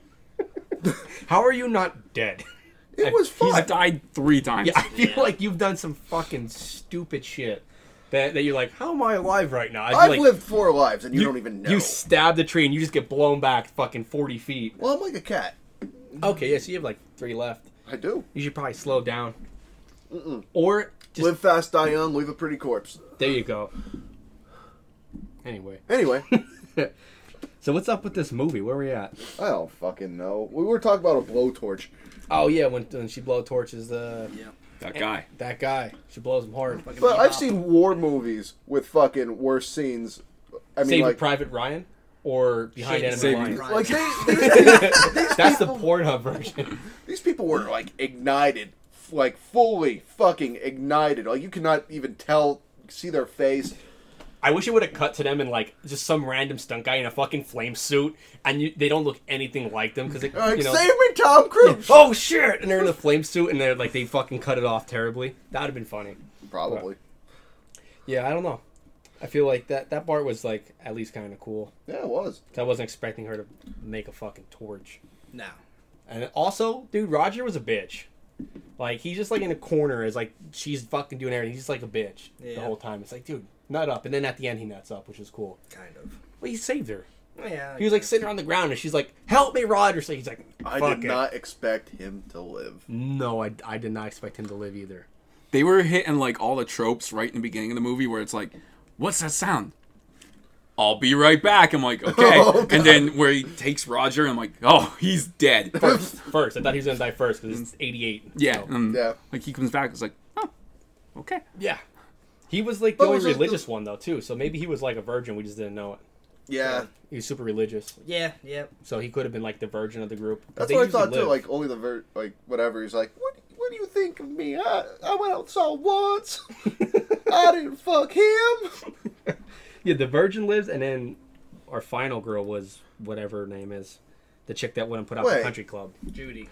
How are you not dead?
It was
He's
fun.
died three times.
Yeah, I feel like you've done some fucking stupid shit that, that you're like, how am I alive right now? I feel
I've
like
lived four lives and you, don't even know.
You stab the tree and you just get blown back fucking forty feet.
well, I'm like a cat.
Okay, yeah, so you have like three left.
I do.
You should probably slow down. Or just
Live fast, die young, leave a pretty corpse.
there you go. Anyway,
Anyway,
so what's up with this movie? Where are we at?
I don't fucking know. We were talking about a blowtorch.
Oh yeah, when, when she blow torches the
that guy.
that guy, she blows him hard.
But I've seen war movies with fucking worse scenes. I mean,
Saving
like.
Private Ryan or Behind
Shady
Enemy
Saving
Lines.
Private
like they, they-
That's the Pornhub version.
These people were like ignited, f- like fully fucking ignited. Like you cannot even tell, see their face.
I wish it would have cut to them in like just some random stunt guy in a fucking flame suit, and you, they don't look anything like them because they,
Like,
you know,
save me, Tom Cruise.
oh shit, and they're in a flame suit, and they're like they fucking cut it off terribly. That would have been funny.
Probably.
Yeah, I don't know. I feel like that that part was like at least kind of cool.
Yeah, it was.
'Cause I wasn't expecting her to make a fucking torch.
No.
And also, dude, Roger was a bitch. Like he's just like in a corner as like she's fucking doing everything. He's just like a bitch the
Yeah.
whole time. It's like, dude, nut up. And then at the end, he nuts up, which is cool.
Kind of.
Well, he saved her.
Yeah.
He was like sitting on the ground, and she's like, "Help me, Roger." So he's like,
I
"Fuck
did
it."
not expect him to live.
No, I, I did not expect him to live either.
They were hitting like all the tropes right in the beginning of the movie where it's like, what's that sound? I'll be right back. I'm like, okay.
Oh,
and then where he takes Roger, I'm like, oh, he's dead.
First, I thought he was gonna die first because it's eighty-eight.
yeah.
so-
and,
Yeah.
Like he comes back, it's like, oh, okay.
yeah. He was like the
But
only
was it-
religious one though too, so maybe he was like a virgin. We just didn't know it.
Yeah,
He was super religious,
Yeah, yeah.
so he could have been like the virgin of the group.
that's
They
what I
usually
thought too.
live.
Like only the ver- like whatever. He's like, what? What do you think of me? I, I went out saw once. I didn't fuck him.
yeah, the virgin lives, and then our final girl was whatever her name is, the chick that wouldn't put out the
Wait.
country club.
Judy.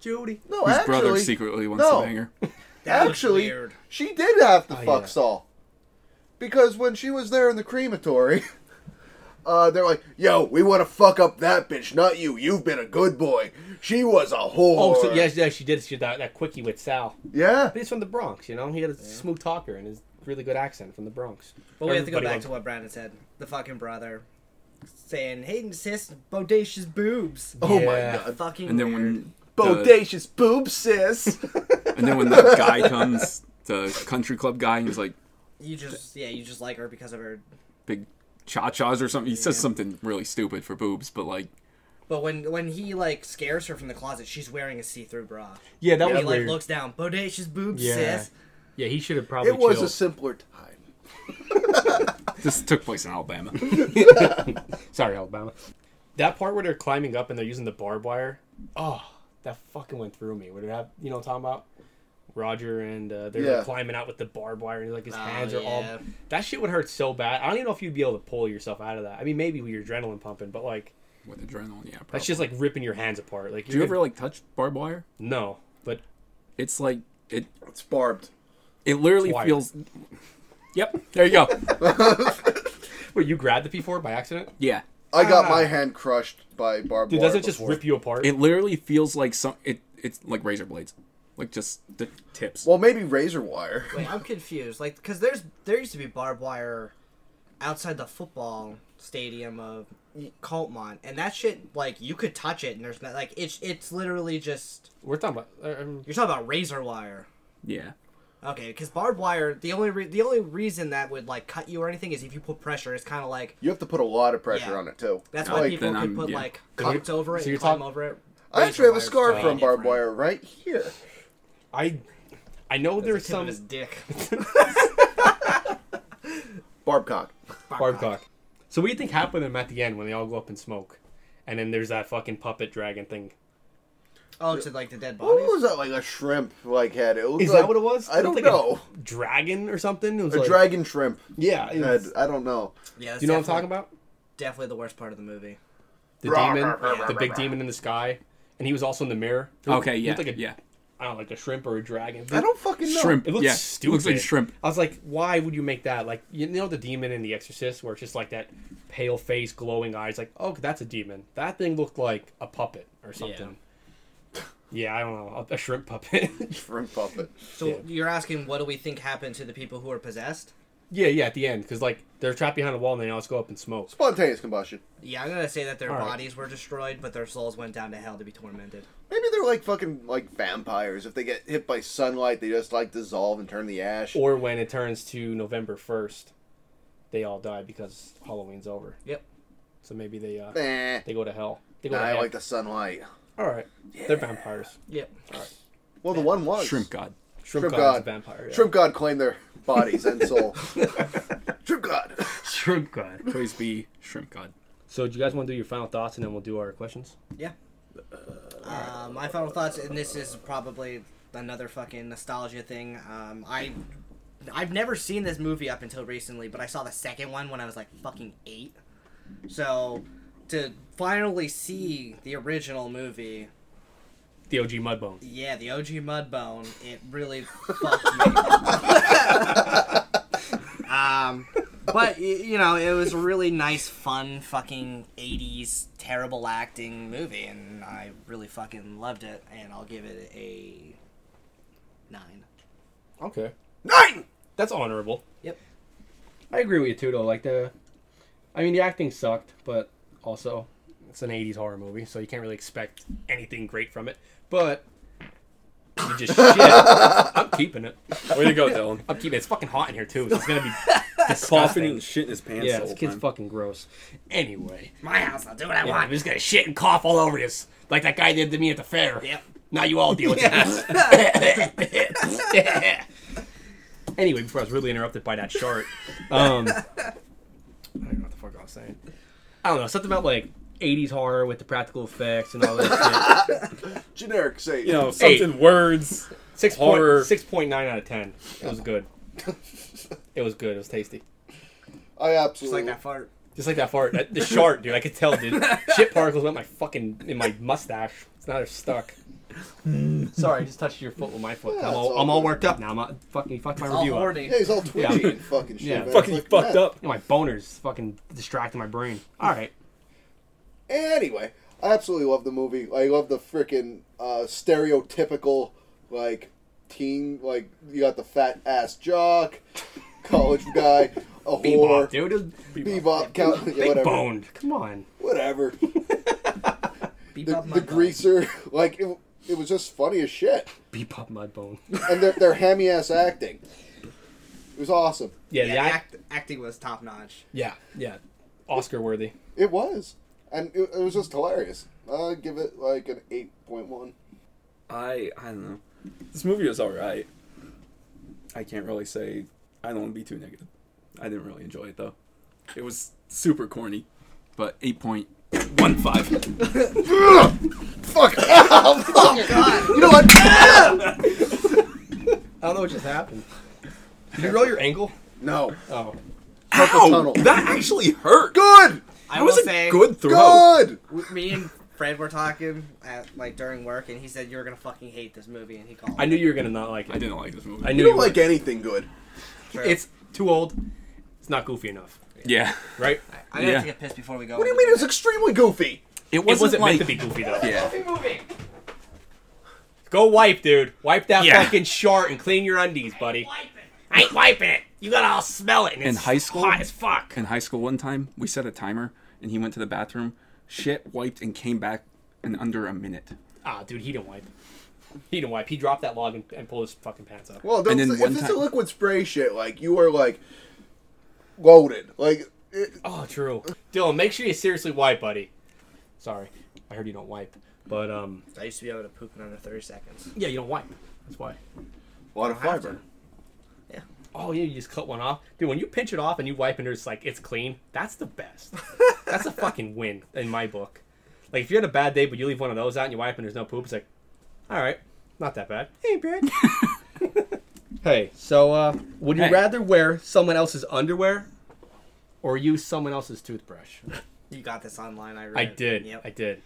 Judy.
No,
His
actually,
brother secretly wants
no.
the banger.
That was
actually,
weird.
she did have to
Oh,
fuck
yeah.
Saul. Because when she was there in the crematory, uh, they're like, yo, we want to fuck up that bitch, not you. You've been a good boy. She was a whore.
Oh, so, yes, yes, she did. She did that, that quickie with Sal.
Yeah.
But he's from the Bronx, you know. He had a smooth talker and his really good accent from the Bronx.
But we have to go
Everybody
back
loved-
to what Brandon said. The fucking brother saying Hayden's sis bodacious boobs.
Oh,
Yeah.
my God.
Fucking
And then
weird.
when the,
Bodacious boob, sis.
and then when the guy comes, the country club guy, he's like
you just yeah, you just like her because of her.
big cha chas or something. He says something really stupid for boobs, but like
But when when he like scares her from the closet, she's wearing a see-through bra.
Yeah, that
He
was
like
weird.
looks down, bodacious boobs,
Yeah.
sis.
Yeah, he should have probably.
it was a
chilled.
simpler time.
this took place in Alabama.
Sorry, Alabama. That part where they're climbing up and they're using the barbed wire. Oh, that fucking went through me. What did that? You know what I'm talking about? Roger and uh, they're
Yeah.
climbing out with the barbed wire and like his
Oh,
hands are
yeah.
all. That shit would hurt so bad. I don't even know if you'd be able to pull yourself out of that. I mean, maybe with your adrenaline pumping, but like
With adrenaline, yeah. Probably.
that's just like ripping your hands apart. Like
Do you ever like touch barbed wire?
No, but
It's like it.
It's barbed.
It literally
Wire.
feels. Yep. There you go.
wait, you grabbed the P4 by accident?
yeah.
I got
Ah.
my hand crushed by barbed
Dude,
wire.
doesn't it just
before.
rip you apart?
It literally feels like some. It it's like razor blades, like just the tips.
Well, maybe razor wire.
Wait, I'm confused. Like, cause there's there used to be barbed wire outside the football stadium of Coltmont, and that shit like you could touch it, and there's not like it's it's literally just
We're talking about. Um,
you're talking about razor wire.
yeah.
Okay, because barbed wire the only re- the only reason that would like cut you or anything is if you put pressure. It's kind of like
You have to put a lot of pressure
Yeah.
on it too.
that's
No,
why
like,
people
then
could
I'm-
put
yeah.
like
So you're-
cups over it,
so
and
you're
climb
talking-
over it. Uh,
I actually have a scarf
way
from
different.
barbed wire right here.
I, I know
The
there's
tip of
some
his dick.
Barb cock.
Barb cock. So what do you think happened to them at the end when they all go up in smoke? And then there's that fucking puppet dragon thing.
Oh, to like the dead
What
bodies.
was that like a shrimp like head? It was
Is
like-
that what it was?
I don't
It looked
know.
like a dragon or something? It was
A,
like-
dragon shrimp
Yeah. it
head.
was-
I don't know.
Yeah, that's
you know what I'm
definitely-
talking about?
Definitely the worst part of the movie.
The demon, the big demon in the sky, and he was also in the mirror. It looked-
Okay.
it
Yeah.
looked like a,
yeah.
I don't know, like a shrimp or a dragon.
I don't fucking know.
Shrimp.
It looks
yeah.
stupid.
Looks like shrimp.
I was like, why would you make that? Like, you know, the demon in The Exorcist, where it's just like that pale face, glowing eyes. Like, oh, that's a demon. That thing looked like a puppet or something. Yeah, I don't know, a, a shrimp puppet.
Shrimp puppet.
So you're asking, what do we think happened to the people who are possessed?
yeah, yeah, at the end, because like they're trapped behind a wall and they always go up in smoke.
Spontaneous combustion.
Yeah, I'm gonna say that their
All right.
bodies were destroyed, but their souls went down to hell to be tormented.
Maybe they're like fucking like vampires. If they get hit by sunlight, they just like dissolve and turn the ash.
Or when it turns to November first, they all die because Halloween's over.
Yep.
So maybe they uh,
nah.
they go to hell. They go
Nah,
to
I
hell.
like the sunlight.
All right, they're vampires.
Yep.
Well, the one was
Shrimp god.
Shrimp,
Shrimp
God's a
God.
vampire. yeah.
Shrimp god claimed their bodies and soul. Shrimp god.
Shrimp God.
Praise be shrimp god.
So, do you guys want to do your final thoughts and then we'll do our questions?
Yeah. Uh, my final thoughts, and this is probably another fucking nostalgia thing. Um, I I've never seen this movie up until recently, but I saw the second one when I was like fucking eight. So to finally see the original movie,
The OG Mudbone.
yeah, the OG Mudbone, it really fucked me. um, but y- you know, it was a really nice, fun, fucking '80s terrible acting movie, and I really fucking loved it. And I'll give it a nine.
Okay.
Nine.
That's honorable.
Yep.
I agree with you too, though. Like the, I mean, the acting sucked, but also it's an '80s horror movie, so you can't really expect anything great from it. But you just shit. I'm keeping it.
Way to go, Dylan.
I'm keeping it. It's fucking hot in here too, so it's gonna be disgusting.
shit in his pants.
Yeah, this kid's fucking gross. Anyway,
My house, I'll do what I
I'm just gonna shit and cough all over you, like that guy did to me at the fair.
Yep.
Now you all deal with it. anyway, before I was really interrupted by that shark. Um, I don't know what the fuck I was saying. I don't know something about like '80s horror with the practical effects and all that shit.
Generic say.
You know, something words.
Six
Horror.
point six point nine out of ten. It was good. It was good. It was tasty.
I
Just like
absolutely
that fart.
Just like that fart, that- the shart, dude. I could tell, dude. Shit particles went my fucking in my mustache. It's now they're stuck. Sorry, I just touched your foot with my foot.
Yeah,
I'm, all,
it's all
I'm all
good.
worked up now. I'm all, fucking fucked my
All
review up.
Oh, horny.
Yeah, he's all twitchy and fucking shit.
Yeah,
man.
Fucking
It's like,
fucked
man.
up.
You know, my boners fucking distracting my brain. All right,
Anyway, I absolutely love the movie. I love the freaking uh, stereotypical like teen. Like you got the fat ass jock, college guy, a
bebop,
whore,
dude. It was bebop.
bebop, count, yeah,
Big
whatever,
boned. Come on.
whatever. The,
Bebop
the
Mudbone.
greaser, like it, it was just funny as shit,
Bebop mudbone.
and their their hammy ass acting. It was awesome.
Yeah,
Yeah,
yeah,
the
I-
act, acting was top notch.
yeah, yeah. Oscar worthy.
It was, and it, it was just hilarious. I give it like an eight point one.
I I don't know. This movie was all right. I can't really say. I don't want to be too negative. I didn't really enjoy it though. It was super corny, but eight point one five.
Oh, Fuck! Ow, fuck. You know what?
I don't know what just happened. Did you roll your ankle?
No.
Oh,
Ow!
tunnel.
That actually hurt.
Good.
I
That was
will
a
say,
good throw.
Good.
w- me and Fred were talking at like during work, and he said you were gonna fucking hate this movie, and he called.
I knew you were gonna not like it.
I didn't like this movie.
I knew
You don't
would.
like anything good.
It's too old. It's not goofy enough,
Yeah.
right?
I gotta
yeah.
take a piss before we go.
What do you mean? It's extremely goofy.
It
It
wasn't,
wasn't
like
meant to be goofy though.
yeah.
Go wipe, dude. Wipe that
Yeah.
fucking shart and clean your undies, buddy. I ain't wiping it. You gotta all smell it. And
In
it's
high school?
hot as fuck.
in high school one time we set a timer and he went to the bathroom shit wiped and came back in under a minute
Ah, dude, he didn't wipe. He didn't wipe. He dropped that log and, and pulled his fucking pants up.
Well, don't,
then
if
one
it's
time-
a liquid spray shit, like you are like loaded. Like it,
Oh, true. Dylan, make sure you seriously wipe, buddy. Sorry, I heard you don't wipe, but um,
I used to be able to poop in under thirty seconds.
yeah, you don't wipe. That's why.
a lot of fiber.
Oh yeah, you just cut one off, dude. When you pinch it off and you wipe and it's like it's clean, that's the best. that's a fucking win in my book. Like if you had a bad day but you leave one of those out and you wipe and there's no poop, it's like, all right, not that bad. Hey, Brad. hey, so uh, would you
Hey.
rather wear someone else's underwear or use someone else's toothbrush?
You got this online. I read.
I
it.
did.
Yep.
I did.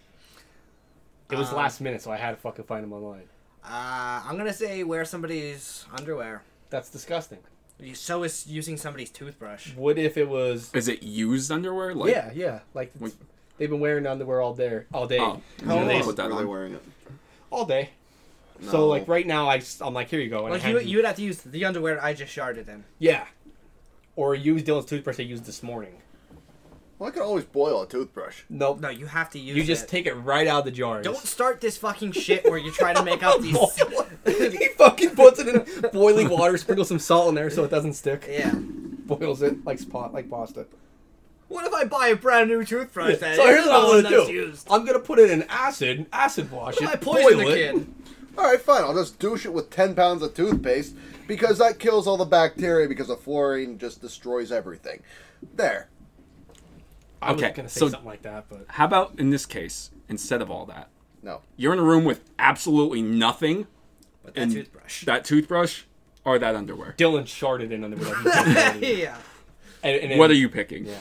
It was
Um,
last minute, so I had to fucking find them online.
Uh, I'm gonna say wear somebody's underwear.
That's disgusting.
You- So is using somebody's toothbrush.
What if it was?
is it used underwear like
yeah, yeah. Like
Wait.
they've been wearing underwear all day, all day,
oh
How
you
long?
put that
Were they
on?
wearing it?
all day.
No.
So like right now, I am like, here you go. And
Like
I
you,
hand
you would have to use the underwear I just sharded in.
yeah. Or use Dylan's toothbrush I used this morning.
Well, I could always boil a toothbrush.
Nope.
No, you have to use.
you just
it.
take it right out of the jar.
Don't start this fucking shit where you try to make up these.
he fucking puts it in boiling water, sprinkles some salt in there so it doesn't stick.
yeah.
Boils it like spot like pasta.
What if I buy a brand new toothbrush? that
So here's
isn't
what
the
I'm gonna
one
do.
that's used?
I'm gonna put it in acid, acid wash
What if
it,
I poison
boil
the
it.
kid?
All right, fine. I'll just douche it with ten pounds of toothpaste because that kills all the bacteria because the fluorine just destroys everything. There.
I was
Okay,
gonna say
so-
something like that, but
how about in this case instead of all that
No.
you're in a room with absolutely nothing
But that
And-
toothbrush.
that toothbrush or that underwear
Dylan sharded in underwear. Like he did already.
yeah.
and, and then
what are you picking
Yeah.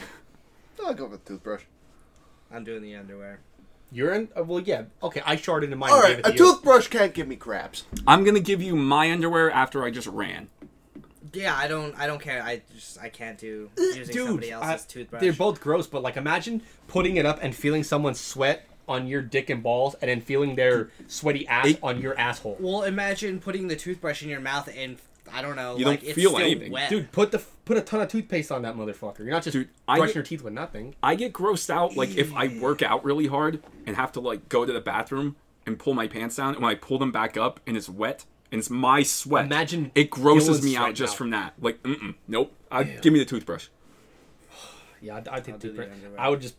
I'll go with the toothbrush.
I'm doing the underwear.
urine? Uh, well, yeah. Okay, I sharded in mine.
All
and
right,
gave it
a
to you.
toothbrush can't give me craps.
i'm gonna give you my underwear after i just ran
Yeah, I don't. I don't care. I just. I can't do using somebody else's
Uh, I-
toothbrush.
They're both gross, but like imagine putting it up and feeling someone's sweat on your dick and balls, and then feeling their sweaty ass on your asshole.
Well, imagine putting the toothbrush in your mouth and I don't know.
You
like,
don't
it's
feel
still
anything.
Wet.
Dude, put the put a ton of toothpaste on that motherfucker. You're not just
Dude, I
brushing
get-
your teeth with nothing.
I get grossed out like if I work out really hard and have to like go to the bathroom and pull my pants down and when I pull them back up and it's wet and it's my sweat.
Imagine
it grosses
Dylan's
me out
sweat
just
now.
from that. Like mm-mm, nope. I, give me the toothbrush.
Yeah, I'd, I'd take
do the
toothpaste.
underwear.
I would just.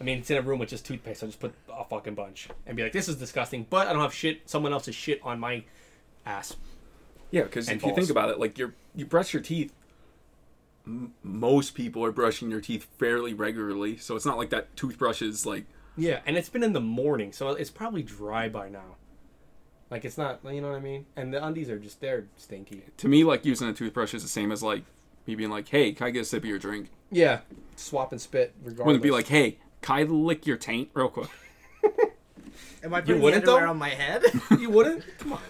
I mean, it's in a room with just toothpaste. I just put a fucking bunch and be like, "This is disgusting," but I don't have shit. Someone else's shit on my ass.
Yeah, because
And
if you think
balls.
about it, like you're you brush your teeth. M- most people are brushing their teeth fairly regularly, so it's not like that toothbrush is like
Yeah, and it's been in the morning, so it's probably dry by now. Like it's not, you know what I mean. And the undies are just they're stinky.
to me like using a toothbrush is the same as like Me being like, hey, can I get a sip of your drink?
Yeah, swap and spit. Regardless,
Wouldn't be like, hey, can I lick your taint real quick?
Am I putting the
wouldn't, though?
underwear on my head?
you wouldn't. Come on.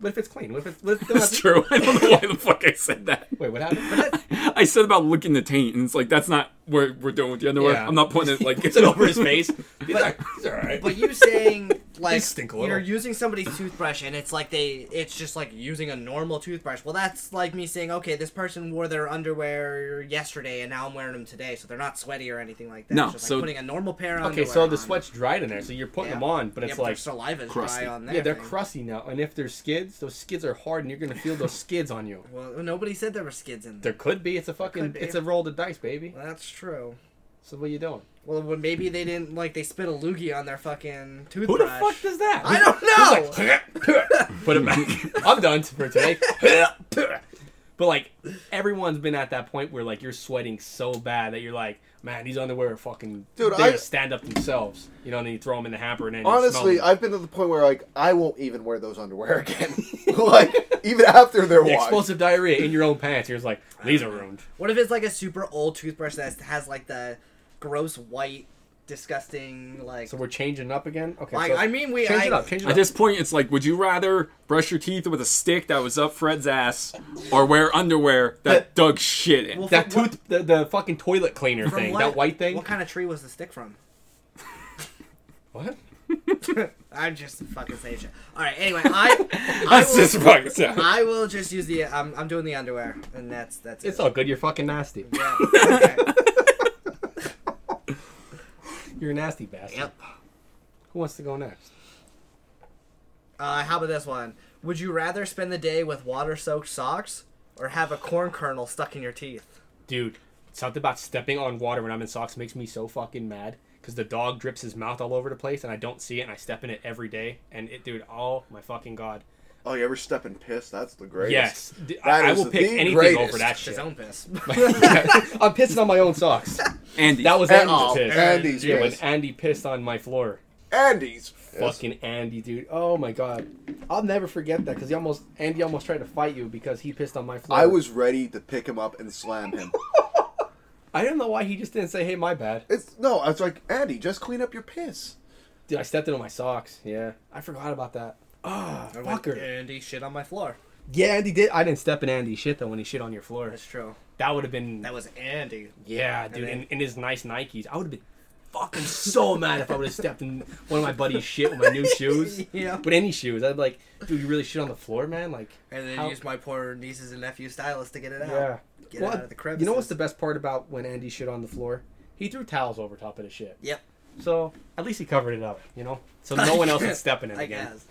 What if it's clean? What if it's? What if
That's true. I don't know why the fuck I said that.
Wait, what happened?
I said about licking the taint, and it's like that's not where we're doing with the underwear.
Yeah.
I'm not putting it like
Puts it over his face. He's like, "It's all right.
but you saying like
stink a
you're
little.
using somebody's toothbrush and it's like they it's just like using a normal toothbrush. Well, that's like me saying, okay, this person wore their underwear yesterday and now I'm wearing them today, so they're not sweaty or anything like that.
No,
it's just like
so-
putting a normal pair of
okay,
underwear on.
so the sweat's dried in there, so you're putting
Yeah.
them on, but
Yeah,
it's
their
like,
saliva is
crusty.
dry on there.
yeah, they're crusty now. And if there's skids, those skids are hard, and you're gonna feel those skids on you.
Well, nobody said there were skids in
There
there.
could be. It's a fucking.
could be.
It's a roll of the dice, baby.
Well, that's true.
So what you doing?
Well, when maybe they didn't like they spit a loogie on their fucking toothbrush.
Who the fuck does that?
I don't know.
Put it back.
I'm done for today. but like everyone's been at that point where like you're sweating so bad that you're like, man, these underwear are fucking.
Dude,
they
I-
stand up themselves. You know, and then you throw them in the hamper and then you smell
Honestly,
them.
I've been to the point where like I won't even wear those underwear again. like even after they're
The
washed.
explosive diarrhea in your own pants. You're just like, these are ruined.
What if it's like a super old toothbrush that has like the gross white, disgusting like.
So we're changing up again. Okay.
I-
so
I mean, we-
change
I-
it up. Change it
At
up.
this point, it's like, would you rather brush your teeth with a stick that was up Fred's ass, or wear underwear that dug shit in?
Well,
that
from what-
tooth, the, the fucking toilet cleaner
from
thing,
what-
that white thing.
What kind of tree was the stick from?
What?
I'm just fucking saying shit. All right. Anyway, I I
That's
will,
just fucking sad.
I will just use the I'm, I'm doing the underwear and that's that's
It's
it.
all good. You're fucking nasty.
Yeah, okay.
You're a nasty bastard.
Yep.
Who wants to go next?
Uh, how about this one? Would you rather spend the day with water-soaked socks or have a corn kernel stuck in your teeth?
Dude, something about stepping on water when I'm in socks makes me so fucking mad. Because the dog drips his mouth all over the place and I don't see it and I step in it every day. And it, dude, oh my fucking god.
Oh, you ever step in piss? That's the greatest.
Yes. D-
That
I, I
is
will
the
pick anything
greatest.
over that
It's his
shit.
own piss.
I'm pissing on my own socks.
Andy,
That was
And-
Andy's
oh,
piss.
Andy's
yeah,
piss.
when Andy pissed on my floor.
Andy's.
Fucking Andy, dude. Oh my god. I'll never forget that because he almost Andy almost tried to fight you because he pissed on my floor.
I was ready to pick him up and slam him.
I don't know why he just didn't say, "Hey, my bad."
It's no, I was like, Andy, just clean up your piss.
Dude, I stepped into my socks. Yeah, I forgot about that. Ah,
I went,
fucker.
And he shit on my floor.
Yeah, Andy did. I didn't step in Andy's shit though when he shit on your floor.
That's true.
That would have been.
That was Andy.
yeah, dude,
then-
in, in his nice Nikes, I would have been fucking so mad if I would have stepped in one of my buddy's shit with my new shoes.
Yeah.
But any shoes, I'd be like, dude, you really shit on the floor, man. Like,
And then
How-
use my poor nieces and nephews stylus to get it out.
yeah.
Get
Well,
it out of the crevices.
you know what's the best part about when Andy shit on the floor? He threw towels over top of the shit.
Yep.
So at least he covered it up, you know. So no one else is stepping in
I
again.
guess.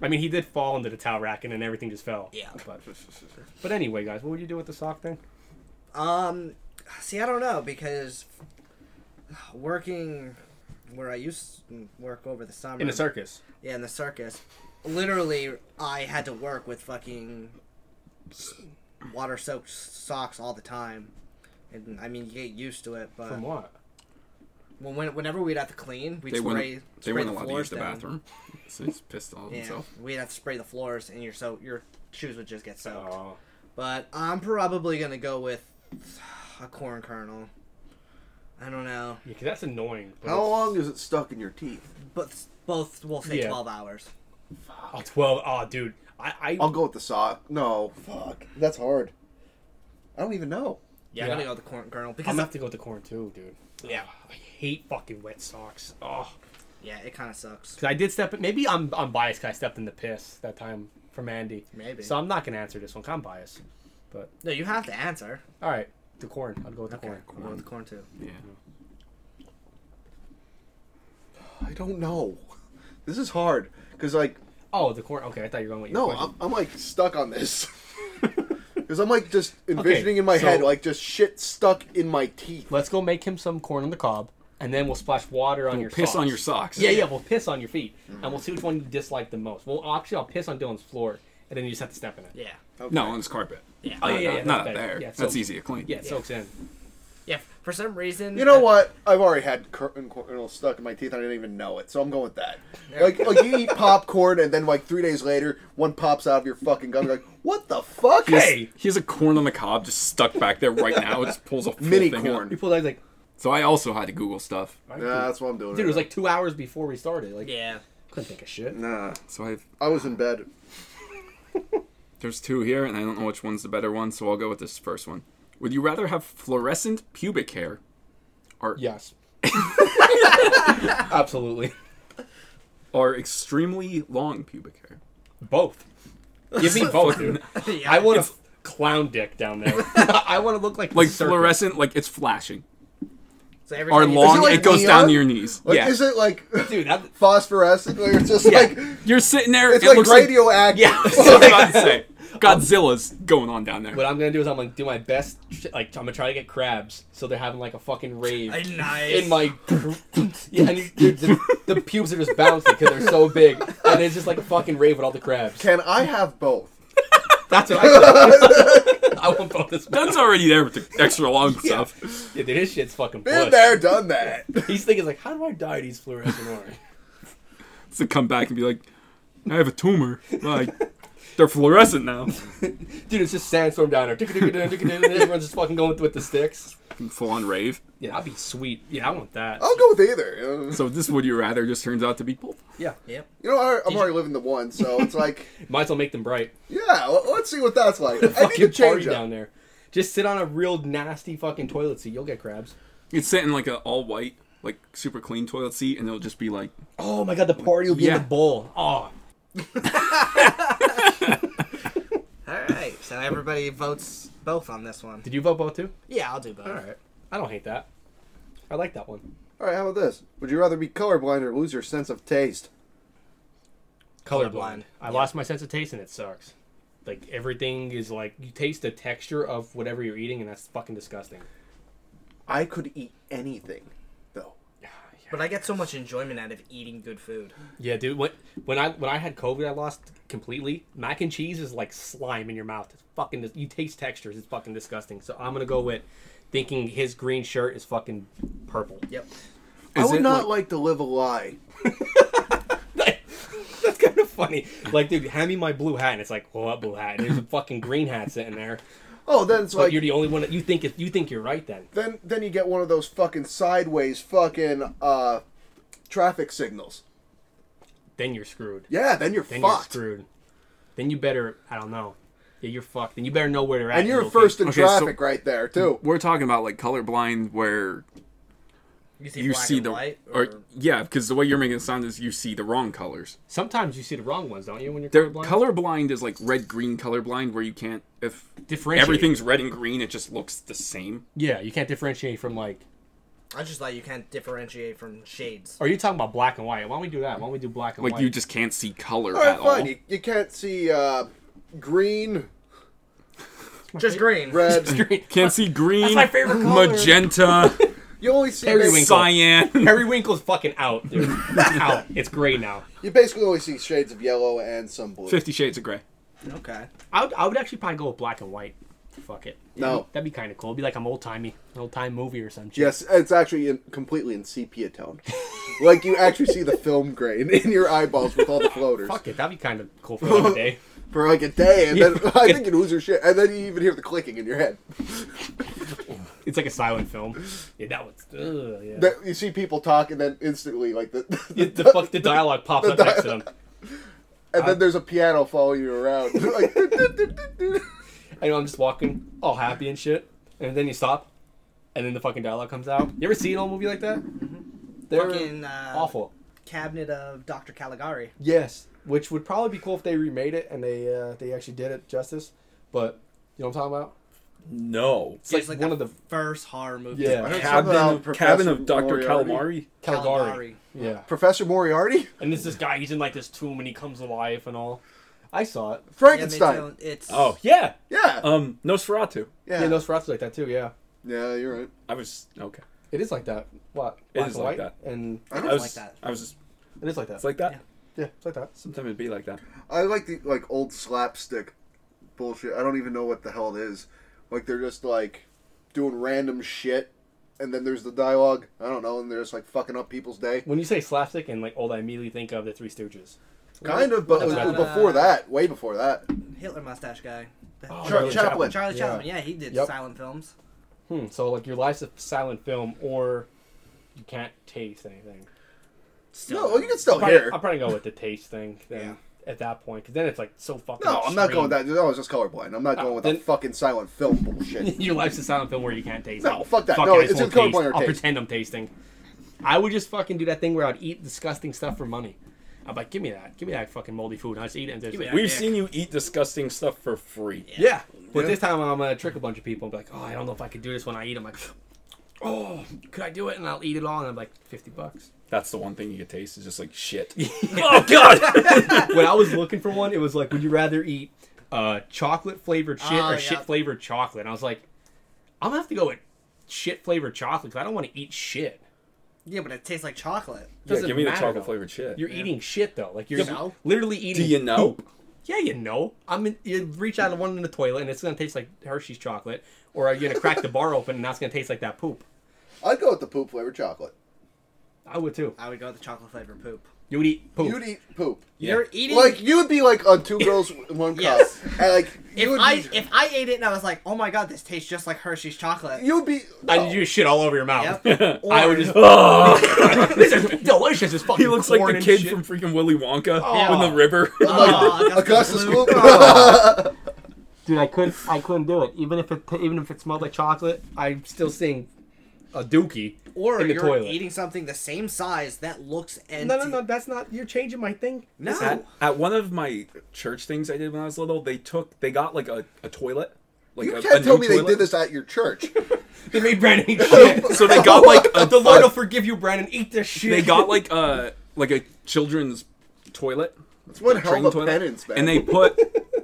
I mean, he did fall into the towel rack and then everything just fell.
Yeah.
But, but anyway, guys, what would you do with the sock thing?
Um, see, I don't know because working where I used to work over the summer
In a circus.
Yeah, in the circus. Literally, I had to work with fucking water soaked socks all the time. And I mean, you get used to it, but
From what?
well, when, whenever we'd have to clean, we'd
they
spray,
weren't, they
spray
weren't
the
allowed to
floors
use the
down.
bathroom. So he's pissed off
Yeah,
himself.
we'd have to spray the floors, and your so your shoes would just get soaked.
Oh.
But I'm probably gonna go with a corn kernel. I don't know,
Yeah, 'cause that's annoying. but
How
it's-
long is it stuck in your teeth?
but both we'll say
Yeah.
twelve hours.
Oh, 12. Oh, dude. I, I,
I'll go with the sock. No,
Fuck. That's hard.
I don't even know.
Yeah,
Yeah.
I'm gonna go with the corn kernel
I'm
because
gonna have to go with the corn too, dude. Yeah. I hate fucking wet socks. Oh.
yeah, it kind of sucks.
'Cause I did step in. Maybe I'm, I'm biased 'cause I stepped in the piss that time from Andy.
Maybe.
So I'm not going to answer this one 'cause I'm biased. But,
No, you have to answer.
all right. The corn. I'll go with the
Okay,
corn.
we'll go with the corn too.
Yeah.
I don't know. This is hard because like
Oh, the corn. Okay, I thought you were going with your
no,
question.
I'm, I'm like stuck on this because I'm like just envisioning in my
so-
head like just shit stuck in my teeth.
Let's go make him some corn on the cob, and then we'll splash water on
We'll
your
piss
socks.
on your socks.
Yeah, yeah, we'll piss on your feet, and we'll see which one you dislike the most. Well, actually, I'll piss on Dylan's floor, and then you just have to step in it.
Yeah.
No, on his carpet.
Oh, yeah,
not
yeah,
not
that's
out
better.
there.
Yeah,
that's
so-
easy to clean.
Yeah, it soaks in.
Yeah, for some reason.
You know
that-
what? I've already had corn kernels stuck in my teeth. and I didn't even know it, so I'm going with that. Like, like you eat popcorn, and then like three days later, one pops out of your fucking gum. You're like, what the fuck?
Hey,
He has a corn on the cob just stuck back there right now. It just pulls a full
Mini
thing
corn.
up.
people are like,
So I also had to Google stuff.
Nah, that's what I'm doing.
dude, it was like two hours before we started. Like,
Yeah.
couldn't think of shit.
nah.
So I've
I was in bed.
There's two here, and I don't know which one's the better one, so I'll go with this first one. Would you rather have fluorescent pubic hair or,
Yes. Absolutely.
or extremely long pubic hair?
Both. Give me both, dude.
Yeah.
I want a clown dick down there. I want to look like
Like
the serpent.
fluorescent, like it's flashing.
So every
Or
time you-
long, it,
like
goes
neon?
down to your knees.
Like,
yeah.
is it like
Dude, that,
phosphorescent? Like, it's just like
You're sitting there,
it's
it
like
looks
radioactive.
like. Yeah, that's what I was about to say. Godzilla's going on down there.
what I'm gonna do is I'm gonna do my best. sh- Like I'm gonna try to get crabs, so they're having like a fucking rave.
Uh, Nice.
in my yeah, and you- dude, the, the pubes are just bouncing because they're so big, and it's just like a fucking rave with all the crabs.
Can I have both?
That's what I want. I want both this.
That's already there with the extra long stuff.
Yeah, dude, his shit's fucking.
Been
Push.
there, done that.
He's thinking like, how do I dye these fluorescent orange?
to come back and be like, I have a tumor. Like, they're fluorescent now.
Dude, it's just sandstorm down there. Everyone's just fucking going with the sticks.
Full on rave.
Yeah, that'd be sweet. Yeah, I want that.
I'll go with either. you know?
So this would you rather just turns out to be both.
Yeah,
Yep.
You know, I- I'm already living the one, so it's like,
might as well make them bright.
yeah, let- let's see what that's like. I need to
Fucking
change
party
up.
down there. Just sit on a real nasty fucking toilet seat. You'll get crabs.
You'd sit in like a all white, like super clean toilet seat, and it'll just be like,
Oh my god, the party will be
Yeah.
in the bowl. Oh,
All right. So everybody votes both on this one.
did you vote both too?
Yeah, I'll do both.
All right. I don't hate that. I like that one.
All right, how about this? Would you rather be colorblind or lose your sense of taste?
Colorblind.
I lost my sense of taste and it sucks. Like everything is like you taste the texture of whatever you're eating and that's fucking disgusting.
I could eat anything, though.
But I get so much enjoyment out of eating good food.
Yeah, dude. When, when I when I had COVID, I lost completely. Mac and cheese is like slime in your mouth. It's fucking. dis- You taste textures. It's fucking disgusting. So I'm gonna go with thinking his green shirt is fucking purple.
Yep.
I
Is
would
it
not like... to live a lie.
That's kind of funny. Like, dude, hand me my blue hat, and it's like, well, what blue hat? And there's a fucking green hat sitting there.
Oh, then it's
But
like
you're the only one that you think it, you think you're right. Then
then then you get one of those fucking sideways fucking uh traffic signals.
then you're screwed.
Yeah, then you're
Then
fucked.
you're screwed. Then you better. I don't know. Yeah, you're fucked. Then you better know where they're at.
and you're
locate.
first in
Okay, so-
traffic right there too.
we're talking about like colorblind, where
You see
you
black
see
and
the
white,
or, yeah, because the way you're making it sound is you see the wrong colors.
Sometimes you see the wrong ones, don't you? When you're
They're
colorblind?
colorblind is like red green colorblind, where you can't if
differentiate.
everything's red and green, it just looks the same.
Yeah, you can't differentiate from like.
I just like you can't differentiate from shades.
Are you talking about black and white? Why don't we do that? Why don't we do black and
Like
white?
you just can't see color
All right,
at
fine.
all.
You, you can't see uh green,
Just green.
red.
just
Can't see green,
my favorite color.
magenta,
you only see
Periwinkle.
basi-
cyan.
Harry Winkle's fucking out, dude. It's out. It's gray now.
you basically only see shades of yellow and some blue.
Fifty Shades of Grey.
Okay.
I would, I would actually probably go with black and white. Fuck it.
No.
That'd be kind of cool. It'd be like an old timey, old time movie or some shit.
Yes, it's actually in, completely in sepia tone. like you actually see the film grain in your eyeballs with all the floaters
Fuck it. That'd be kind of cool for one day.
for like a day, and then
Yeah.
I think you lose your shit, and then you even hear the clicking in your head.
It's like a silent film. Yeah, that was. Ugh, yeah.
That- you see people talk, and then instantly like the,
the, the fuck the dialogue pops up next to them.
and then there's a piano following you around. like,
I know I'm just walking all happy and shit, and then you stop, and then the fucking dialogue comes out. You ever seen an old movie like that? They're
Fucking uh,
awful.
cabinet of Dr. Caligari.
Yes, which would probably be cool if they remade it and they uh, they actually did it justice. But you know what I'm talking about?
No.
It's like, one of the
first horror movie.
Yeah. I heard
something about Professor Moriarty.
Caligari.
Caligari.
Yeah,
Professor Moriarty,
and it's this guy. He's in like this tomb and he comes alive and all. I saw it.
Yeah, they
Frankenstein.
don't- it's
Oh
Yeah,
Yeah,
Uh,
Um, Nosferatu.
yeah,
yeah.
yeah,
Nosferatu's like that too. Yeah,
you're right.
I was okay.
it is like that. What?
It
Black
is
and
like
white? And
I,
don't
was
like that.
I was just
it is like that.
it's like that.
Yeah.
yeah, it's like that.
Sometimes it'd be like that.
I like the like old slapstick bullshit. I don't even know what the hell it is. Like they're just like doing random shit and then there's the dialogue. I don't know, and they're just like fucking up people's day.
When you say slapstick and like old, I immediately think of the Three Stooges.
Kind of, but
What
it was
about,
before
uh,
that, way before that.
Hitler mustache guy.
Charlie
Oh, Charlie
Chaplin.
Charlie
Yeah.
Chaplin. Yeah, he did
Yep.
silent films.
Hmm. So like your life's a silent film, or you can't taste anything.
Still,
No, well, you can still
probably,
hear.
I'll probably go with the taste thing then at that point, because then it's like so fucking.
No, I'm not
extreme.
going with that. That was just colorblind. I'm not going with
then-
that fucking silent film bullshit.
Your life's a silent film where you can't taste.
No,
it.
fuck that.
Fuck
No,
it, I
it's
just
either
won't
colorblind
taste.
or
I'll
taste.
pretend I'm tasting. I would just fucking do that thing where I'd eat disgusting stuff for money. I'm like, give me that, give me that fucking moldy food. And I just eat it. And just,
me that.
We've
dick.
seen you eat disgusting stuff for free.
yeah, but
Yeah.
this time I'm gonna trick a bunch of people. and be like, oh, I don't know if I could do this when I eat. I'm like, oh, could I do it? And I'll eat it all. And I'm like, fifty bucks.
That's the one thing you could taste is just like shit.
oh god! when I was looking for one, it was like, would you rather eat uh, chocolate flavored shit
Oh,
or
yeah.
shit flavored chocolate? And I was like, I'm gonna have to go with shit flavored chocolate because I don't want to eat shit.
Yeah, but it tastes like chocolate.
yeah,
Doesn't
give me the
matter,
chocolate
though.
flavored shit.
You're eating shit though, like you're
You know?
literally eating.
Do you know?
poop. Yeah, you know. I'm. In, you reach out of one in the toilet, and it's gonna taste like Hershey's chocolate, or you're gonna crack the bar open, and that's gonna taste like that poop.
I'd go with the poop flavored chocolate.
I would too.
I would go with the chocolate flavored poop.
You would eat poop.
You'd eat poop.
Yeah.
You're eating.
Like you would be like on two girls one cup,
Yes.
and like you
if
would
I
be,
if I ate it and I was like, oh my god, this tastes just like Hershey's chocolate.
you would be.
I'd just shit all over your mouth.
Yep.
I would just. this is delicious. This fucking
He looks like
corn
the
and
kid
shit.
from freaking Willy Wonka
Yeah.
in the river.
Oh, Augustus
Augustus
Gloop.
Gloop.
Dude, I couldn't. I couldn't do it. Even if it, even if it smelled like chocolate, I'm still seeing a dookie
Or
in the
you're
toilet.
eating something the same size that looks empty.
no, no, no. That's not. You're changing my thing.
No.
at, at one of my church things I did when I was little, they took they got like a, a toilet. Like
You
a,
can't
a
tell
new
me
toilet.
they did this at your church.
They made Brandon eat shit.
So they got like a,
the Lord
a-
will forgive you, Brandon. Eat this shit.
they got like a like a children's toilet.
It's one
train
hell of a
toilet,
penance, man.
And they put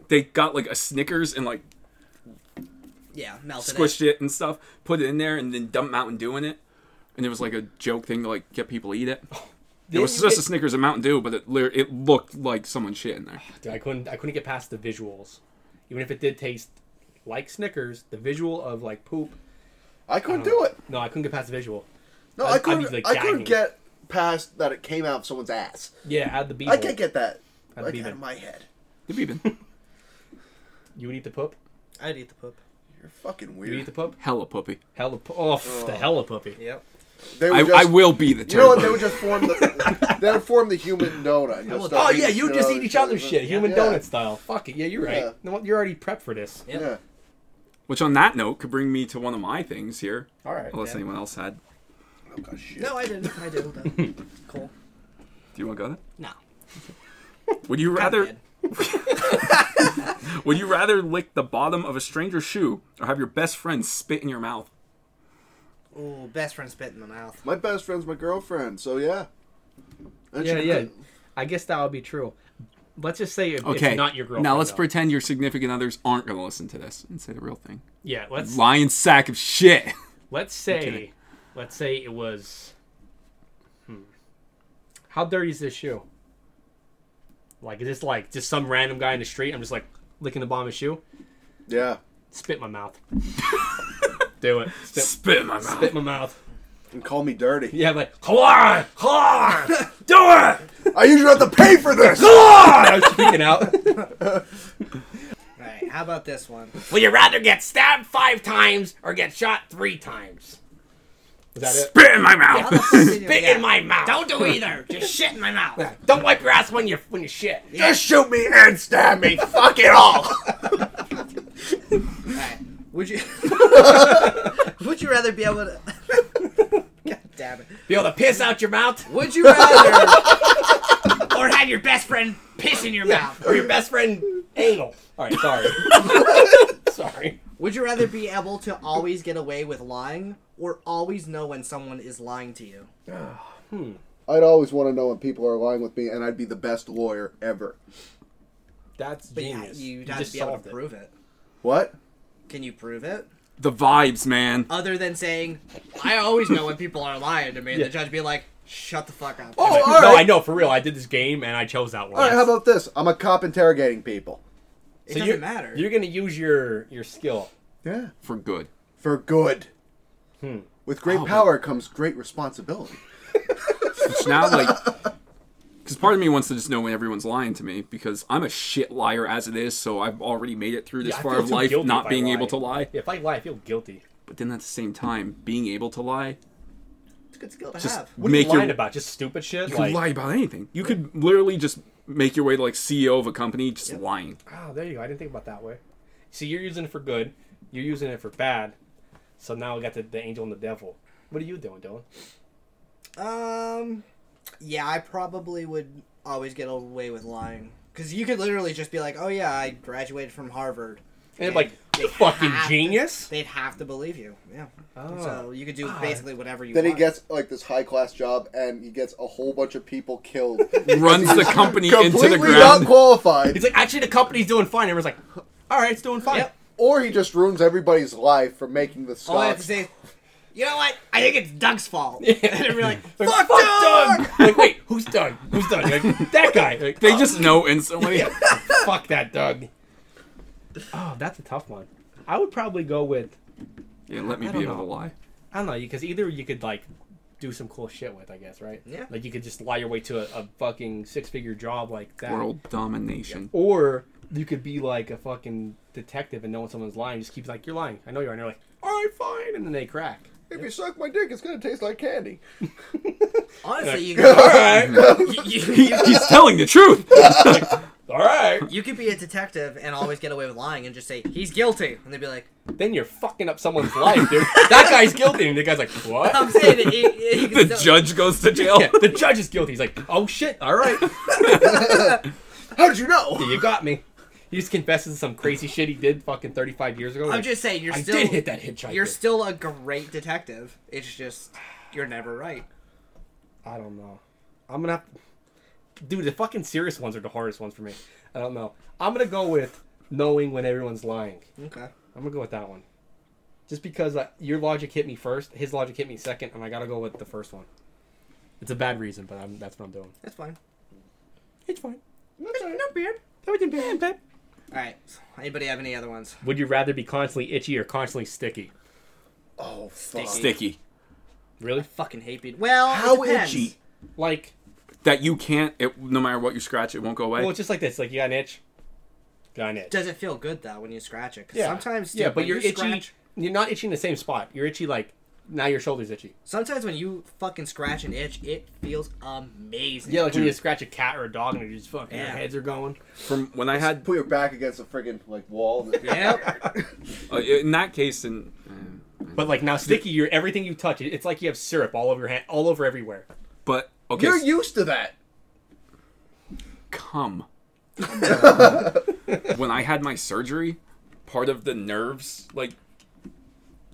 they got like a Snickers and like
Yeah, melted.
squished it and stuff, put it in there and then dumped Mountain Dew in it. And there was like a joke thing to like get people to eat it. It was
you
just a
get-
Snickers and Mountain Dew, but it lit- it looked like someone shit in there.
Dude, I couldn't. I couldn't get past the visuals. Even if it did taste like Snickers, the visual of like poop.
I couldn't do it.
No, I couldn't get past the visual.
No,
I'd-
I
I'd Oh. be,
couldn't.
like,
I couldn't
gagging.
get past that it came out of someone's ass.
Yeah, add the beef.
I can't get that
I'd
like
be
out
there.
of my head.
The Beepin.
You would eat the poop.
In. I'd eat the poop.
You're fucking
You would eat
weird.
the poop.
Hella puppy.
Hella. Po- oh, pff, the hella puppy.
Yep.
They
I,
would
I
just-
will be the
You know what? They
turd.
would just form the. they would form the human donut. and just
Oh
start
yeah,
eating,
you just
know,
eat each other's shit, human
Yeah.
donut style. Fuck it. Yeah, you're right.
Yeah.
No, you're already prepped for this.
Yep.
Yeah.
Which on that note could bring me to one of my things here.
All right.
Unless
Yeah.
anyone else had.
Oh, gosh, shit.
No, I didn't. I didn't. cool.
Do you want to go then?
No.
Would you rather
did.
would you rather lick the bottom of a stranger's shoe or have your best friend spit in your mouth?
Ooh, best friend spit in the mouth.
My best friend's my girlfriend, so yeah. And
Yeah,
she-
yeah. I guess that would be true. Let's just say it-
Okay.
it's not your girlfriend.
Now let's
though.
pretend your significant others aren't going to listen to this and say the real thing.
Yeah, let's
Lion sack of shit.
let's say
kidding.
let's say it was. Hmm. How dirty is this shoe? Like, is this like just some random guy in the street? I'm just like licking the bottom of his shoe.
Yeah.
Spit in my mouth. Do it. Spit,
Spit in my mouth.
spit in my mouth.
And call me dirty.
Yeah, I'm like come on, come on, do it.
I usually have to pay for this!
I was freaking out.
All right. How about this one?
Would you rather get stabbed five times or get shot three times? Is that it?
Spit in my mouth.
Spit in my mouth. Don't do either. Just shit in my mouth. Don't wipe your ass when you when you shit.
Just shoot me and stab me! Fuck it all!
All right. Would you? would you rather be able to? God damn it.
Be able to piss out your mouth,
Would you rather?
Or have your best friend piss in your mouth.
or your best friend anal. All right, sorry. sorry.
would you rather be able to always get away with lying, or always know when someone is lying to you?
I'd always want to know when people are lying with me, and I'd be the best lawyer ever.
That's
But yeah,
genius.
you'd have to be able to
it.
prove it.
What?
Can you prove it?
the vibes, man.
Other than saying, I always know when people are lying to me, and the judge be like, "Shut the fuck up."
Oh,
No,
alright!
I know for real. I did this game and I chose that one.
Alright, how about this? I'm a cop interrogating people.
it
So
doesn't
you're-
matter.
You're gonna use your your skill.
Yeah.
For good.
For good. With great
Oh, but-
power comes great responsibility.
Which now, like, because part of me wants to just know when everyone's lying to me because I'm a shit liar as it is. So I've already made it through this
Yeah, I
far
feel
of
too
life
guilty if
not
I
being
lie.
able to lie.
If I lie, I feel guilty.
But then at the same time, being able to lie,
It's a good skill to
just
have.
What
make
are you lying
your
about? Just stupid shit.
you
like,
could lie about anything. You could literally just make your way to like CEO of a company just lying.
Oh, there you go. I didn't think about that way. See, you're using it for good. You're using it for bad. So now we got the, the angel and the devil. What are you doing, Dylan?
Um, yeah, I probably would always get away with lying because you could literally just be like, "Oh yeah, I graduated from Harvard."
And like,
They
you fucking
have to-
genius.
they'd have to believe you. Yeah.
Oh.
So you could do basically whatever you
Then he
want.
gets like this high class job, and he gets a whole bunch of people killed.
Runs the company into the
completely not
ground.
qualified,
He's like, actually, the company's doing fine. Everyone's like, all right, it's doing fine.
Yep.
or he just ruins everybody's life for making the
All I have to
stocks.
say, is, you know what? I think it's Doug's fault. and they're like,
Like,
"Fuck, Doug!"
Like, wait, who's Doug? Who's Doug? Like, that guy. Like,
They
"Oh,
just know instantly.
yeah, fuck that Doug. Oh, that's a tough one. I would probably go with
Yeah, let me
I
be
don't
able
know.
to lie.
I don't know because either you could like do some cool shit with, I guess, right?
Yeah.
Like you could just lie your way to a, a fucking six figure job like that.
World domination.
Or you could be like a fucking detective and know when someone's lying, just keep like, You're lying. I know you are and they're like, Alright, fine and then they crack.
if you suck my dick, it's gonna taste like candy.
Honestly, you
All
could,
right,
He- he's telling the truth.
all right.
you could be a detective and always get away with lying and just say he's guilty, and they'd be like,
Then you're fucking up someone's life, dude. That guy's guilty, and the guy's like, "What?"
"I'm saying it." He, he
the
can still-
judge goes to jail.
Yeah, the judge is guilty. He's like, "Oh shit! All right,
How did you know?
you got me." He just confesses to some crazy shit he did fucking 35 years ago.
I'm
Like,
just saying, you're
I
still
did hit that hitchhiker.
you're still a great detective. It's just you're never right.
I don't know. I'm gonna, dude. The fucking serious ones are the hardest ones for me. I don't know. I'm gonna go with knowing when everyone's lying.
Okay.
I'm gonna go with that one, just because uh, your logic hit me first, his logic hit me second, and I gotta go with the first one. It's a bad reason, but I'm, that's what I'm doing.
That's fine.
It's fine.
No beard.
That wasn't bad, babe.
All right. Anybody have any other ones?
Would you rather be constantly itchy or constantly sticky?
Oh fuck!
Sticky.
Really?
Fucking hate beard. Well,
How
it depends.
itchy?
Like,
That you can't. It, no matter what you scratch, it won't go away.
well, it's just like this. Like, you got an itch. Got an itch.
Does it feel good though when you scratch it? 'Cause Sometimes.
Yeah,
dude,
but
when
you're
you
itchy.
scratch-
You're not itching the same spot. You're itchy like now your shoulder's itchy.
sometimes when you fucking scratch an itch, it feels amazing.
Yeah, like when you scratch a cat or a dog and you just fucking
Yeah.
your heads are going.
From when I had
Put your back against a friggin' like wall.
Yep.
uh, in that case, and
But like now sticky, you're everything you touch, it- it's like you have syrup all over your hand all over everywhere.
but okay,
You're
s-
used to that.
come. when I had my surgery, part of the nerves like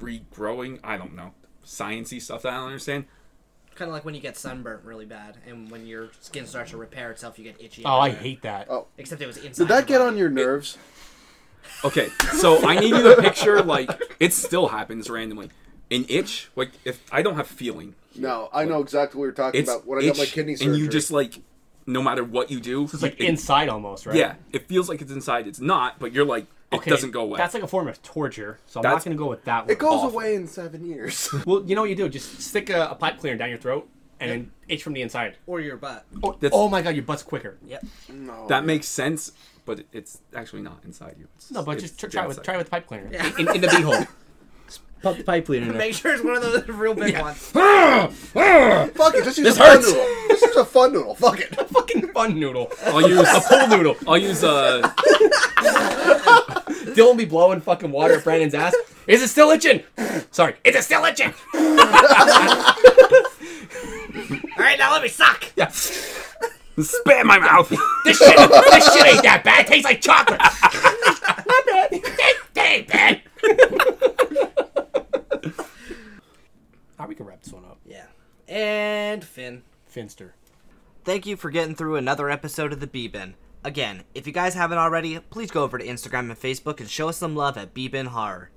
regrowing. I don't know sciency stuff that I don't understand.
kind of like when you get sunburnt really bad, and when your skin starts to repair itself, you get itchy.
Oh, I hate that.
Oh.
Except it was inside.
Did that
your
get
body.
on your nerves?
Okay, so I need you to picture like it still happens randomly. An itch, like if I don't have feeling,
No, I know exactly what you're talking
it's
about. When I got my
itch,
kidney surgery,
and you just like no matter what you do,
It's like
it-
inside almost, right?
yeah, it feels like it's inside. It's not, but you're like it
Okay,
doesn't go away.
That's like a form of torture, so I'm
That's-
not gonna go with that one.
it goes
awful.
away in seven years.
Well, you know what you do? Just stick a, a pipe cleaner down your throat and then itch from the inside.
or your butt.
Oh,
That's-
oh my god, your butt's quicker.
Yep.
That makes sense, but it's actually not inside you. It's,
No, but
it's
just tr- try it with
outside.
try it with the pipe cleaner in, in the beehole. Just Pump the pipe cleaner in there.
Make sure it's one of those real big ones.
Fuck it, just use
This
a fun
hurts.
noodle. Just use a fun noodle. Fuck it.
Fucking fun noodle.
I'll use
A pool noodle.
I'll use uh
Dylan be blowing fucking water at Brandon's ass. Is it still itching? Sorry, is it still itching?
All right, now let me suck.
Yeah.
spit in my mouth.
This shit, this shit ain't that bad. It tastes like chocolate. Not bad. It ain't bad. How we can wrap this one up,
Yeah. And Finn.
Finster?
Thank you for getting through another episode of the B-Bin. Again, if you guys haven't already, please go over to Instagram and Facebook and show us some love at B-Bin Horror.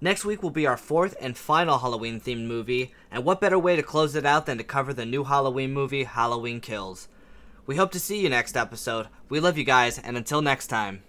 Next week will be our fourth and final Halloween themed movie, and what better way to close it out than to cover the new Halloween movie, Halloween Kills? We hope to see you next episode. We love you guys, and until next time.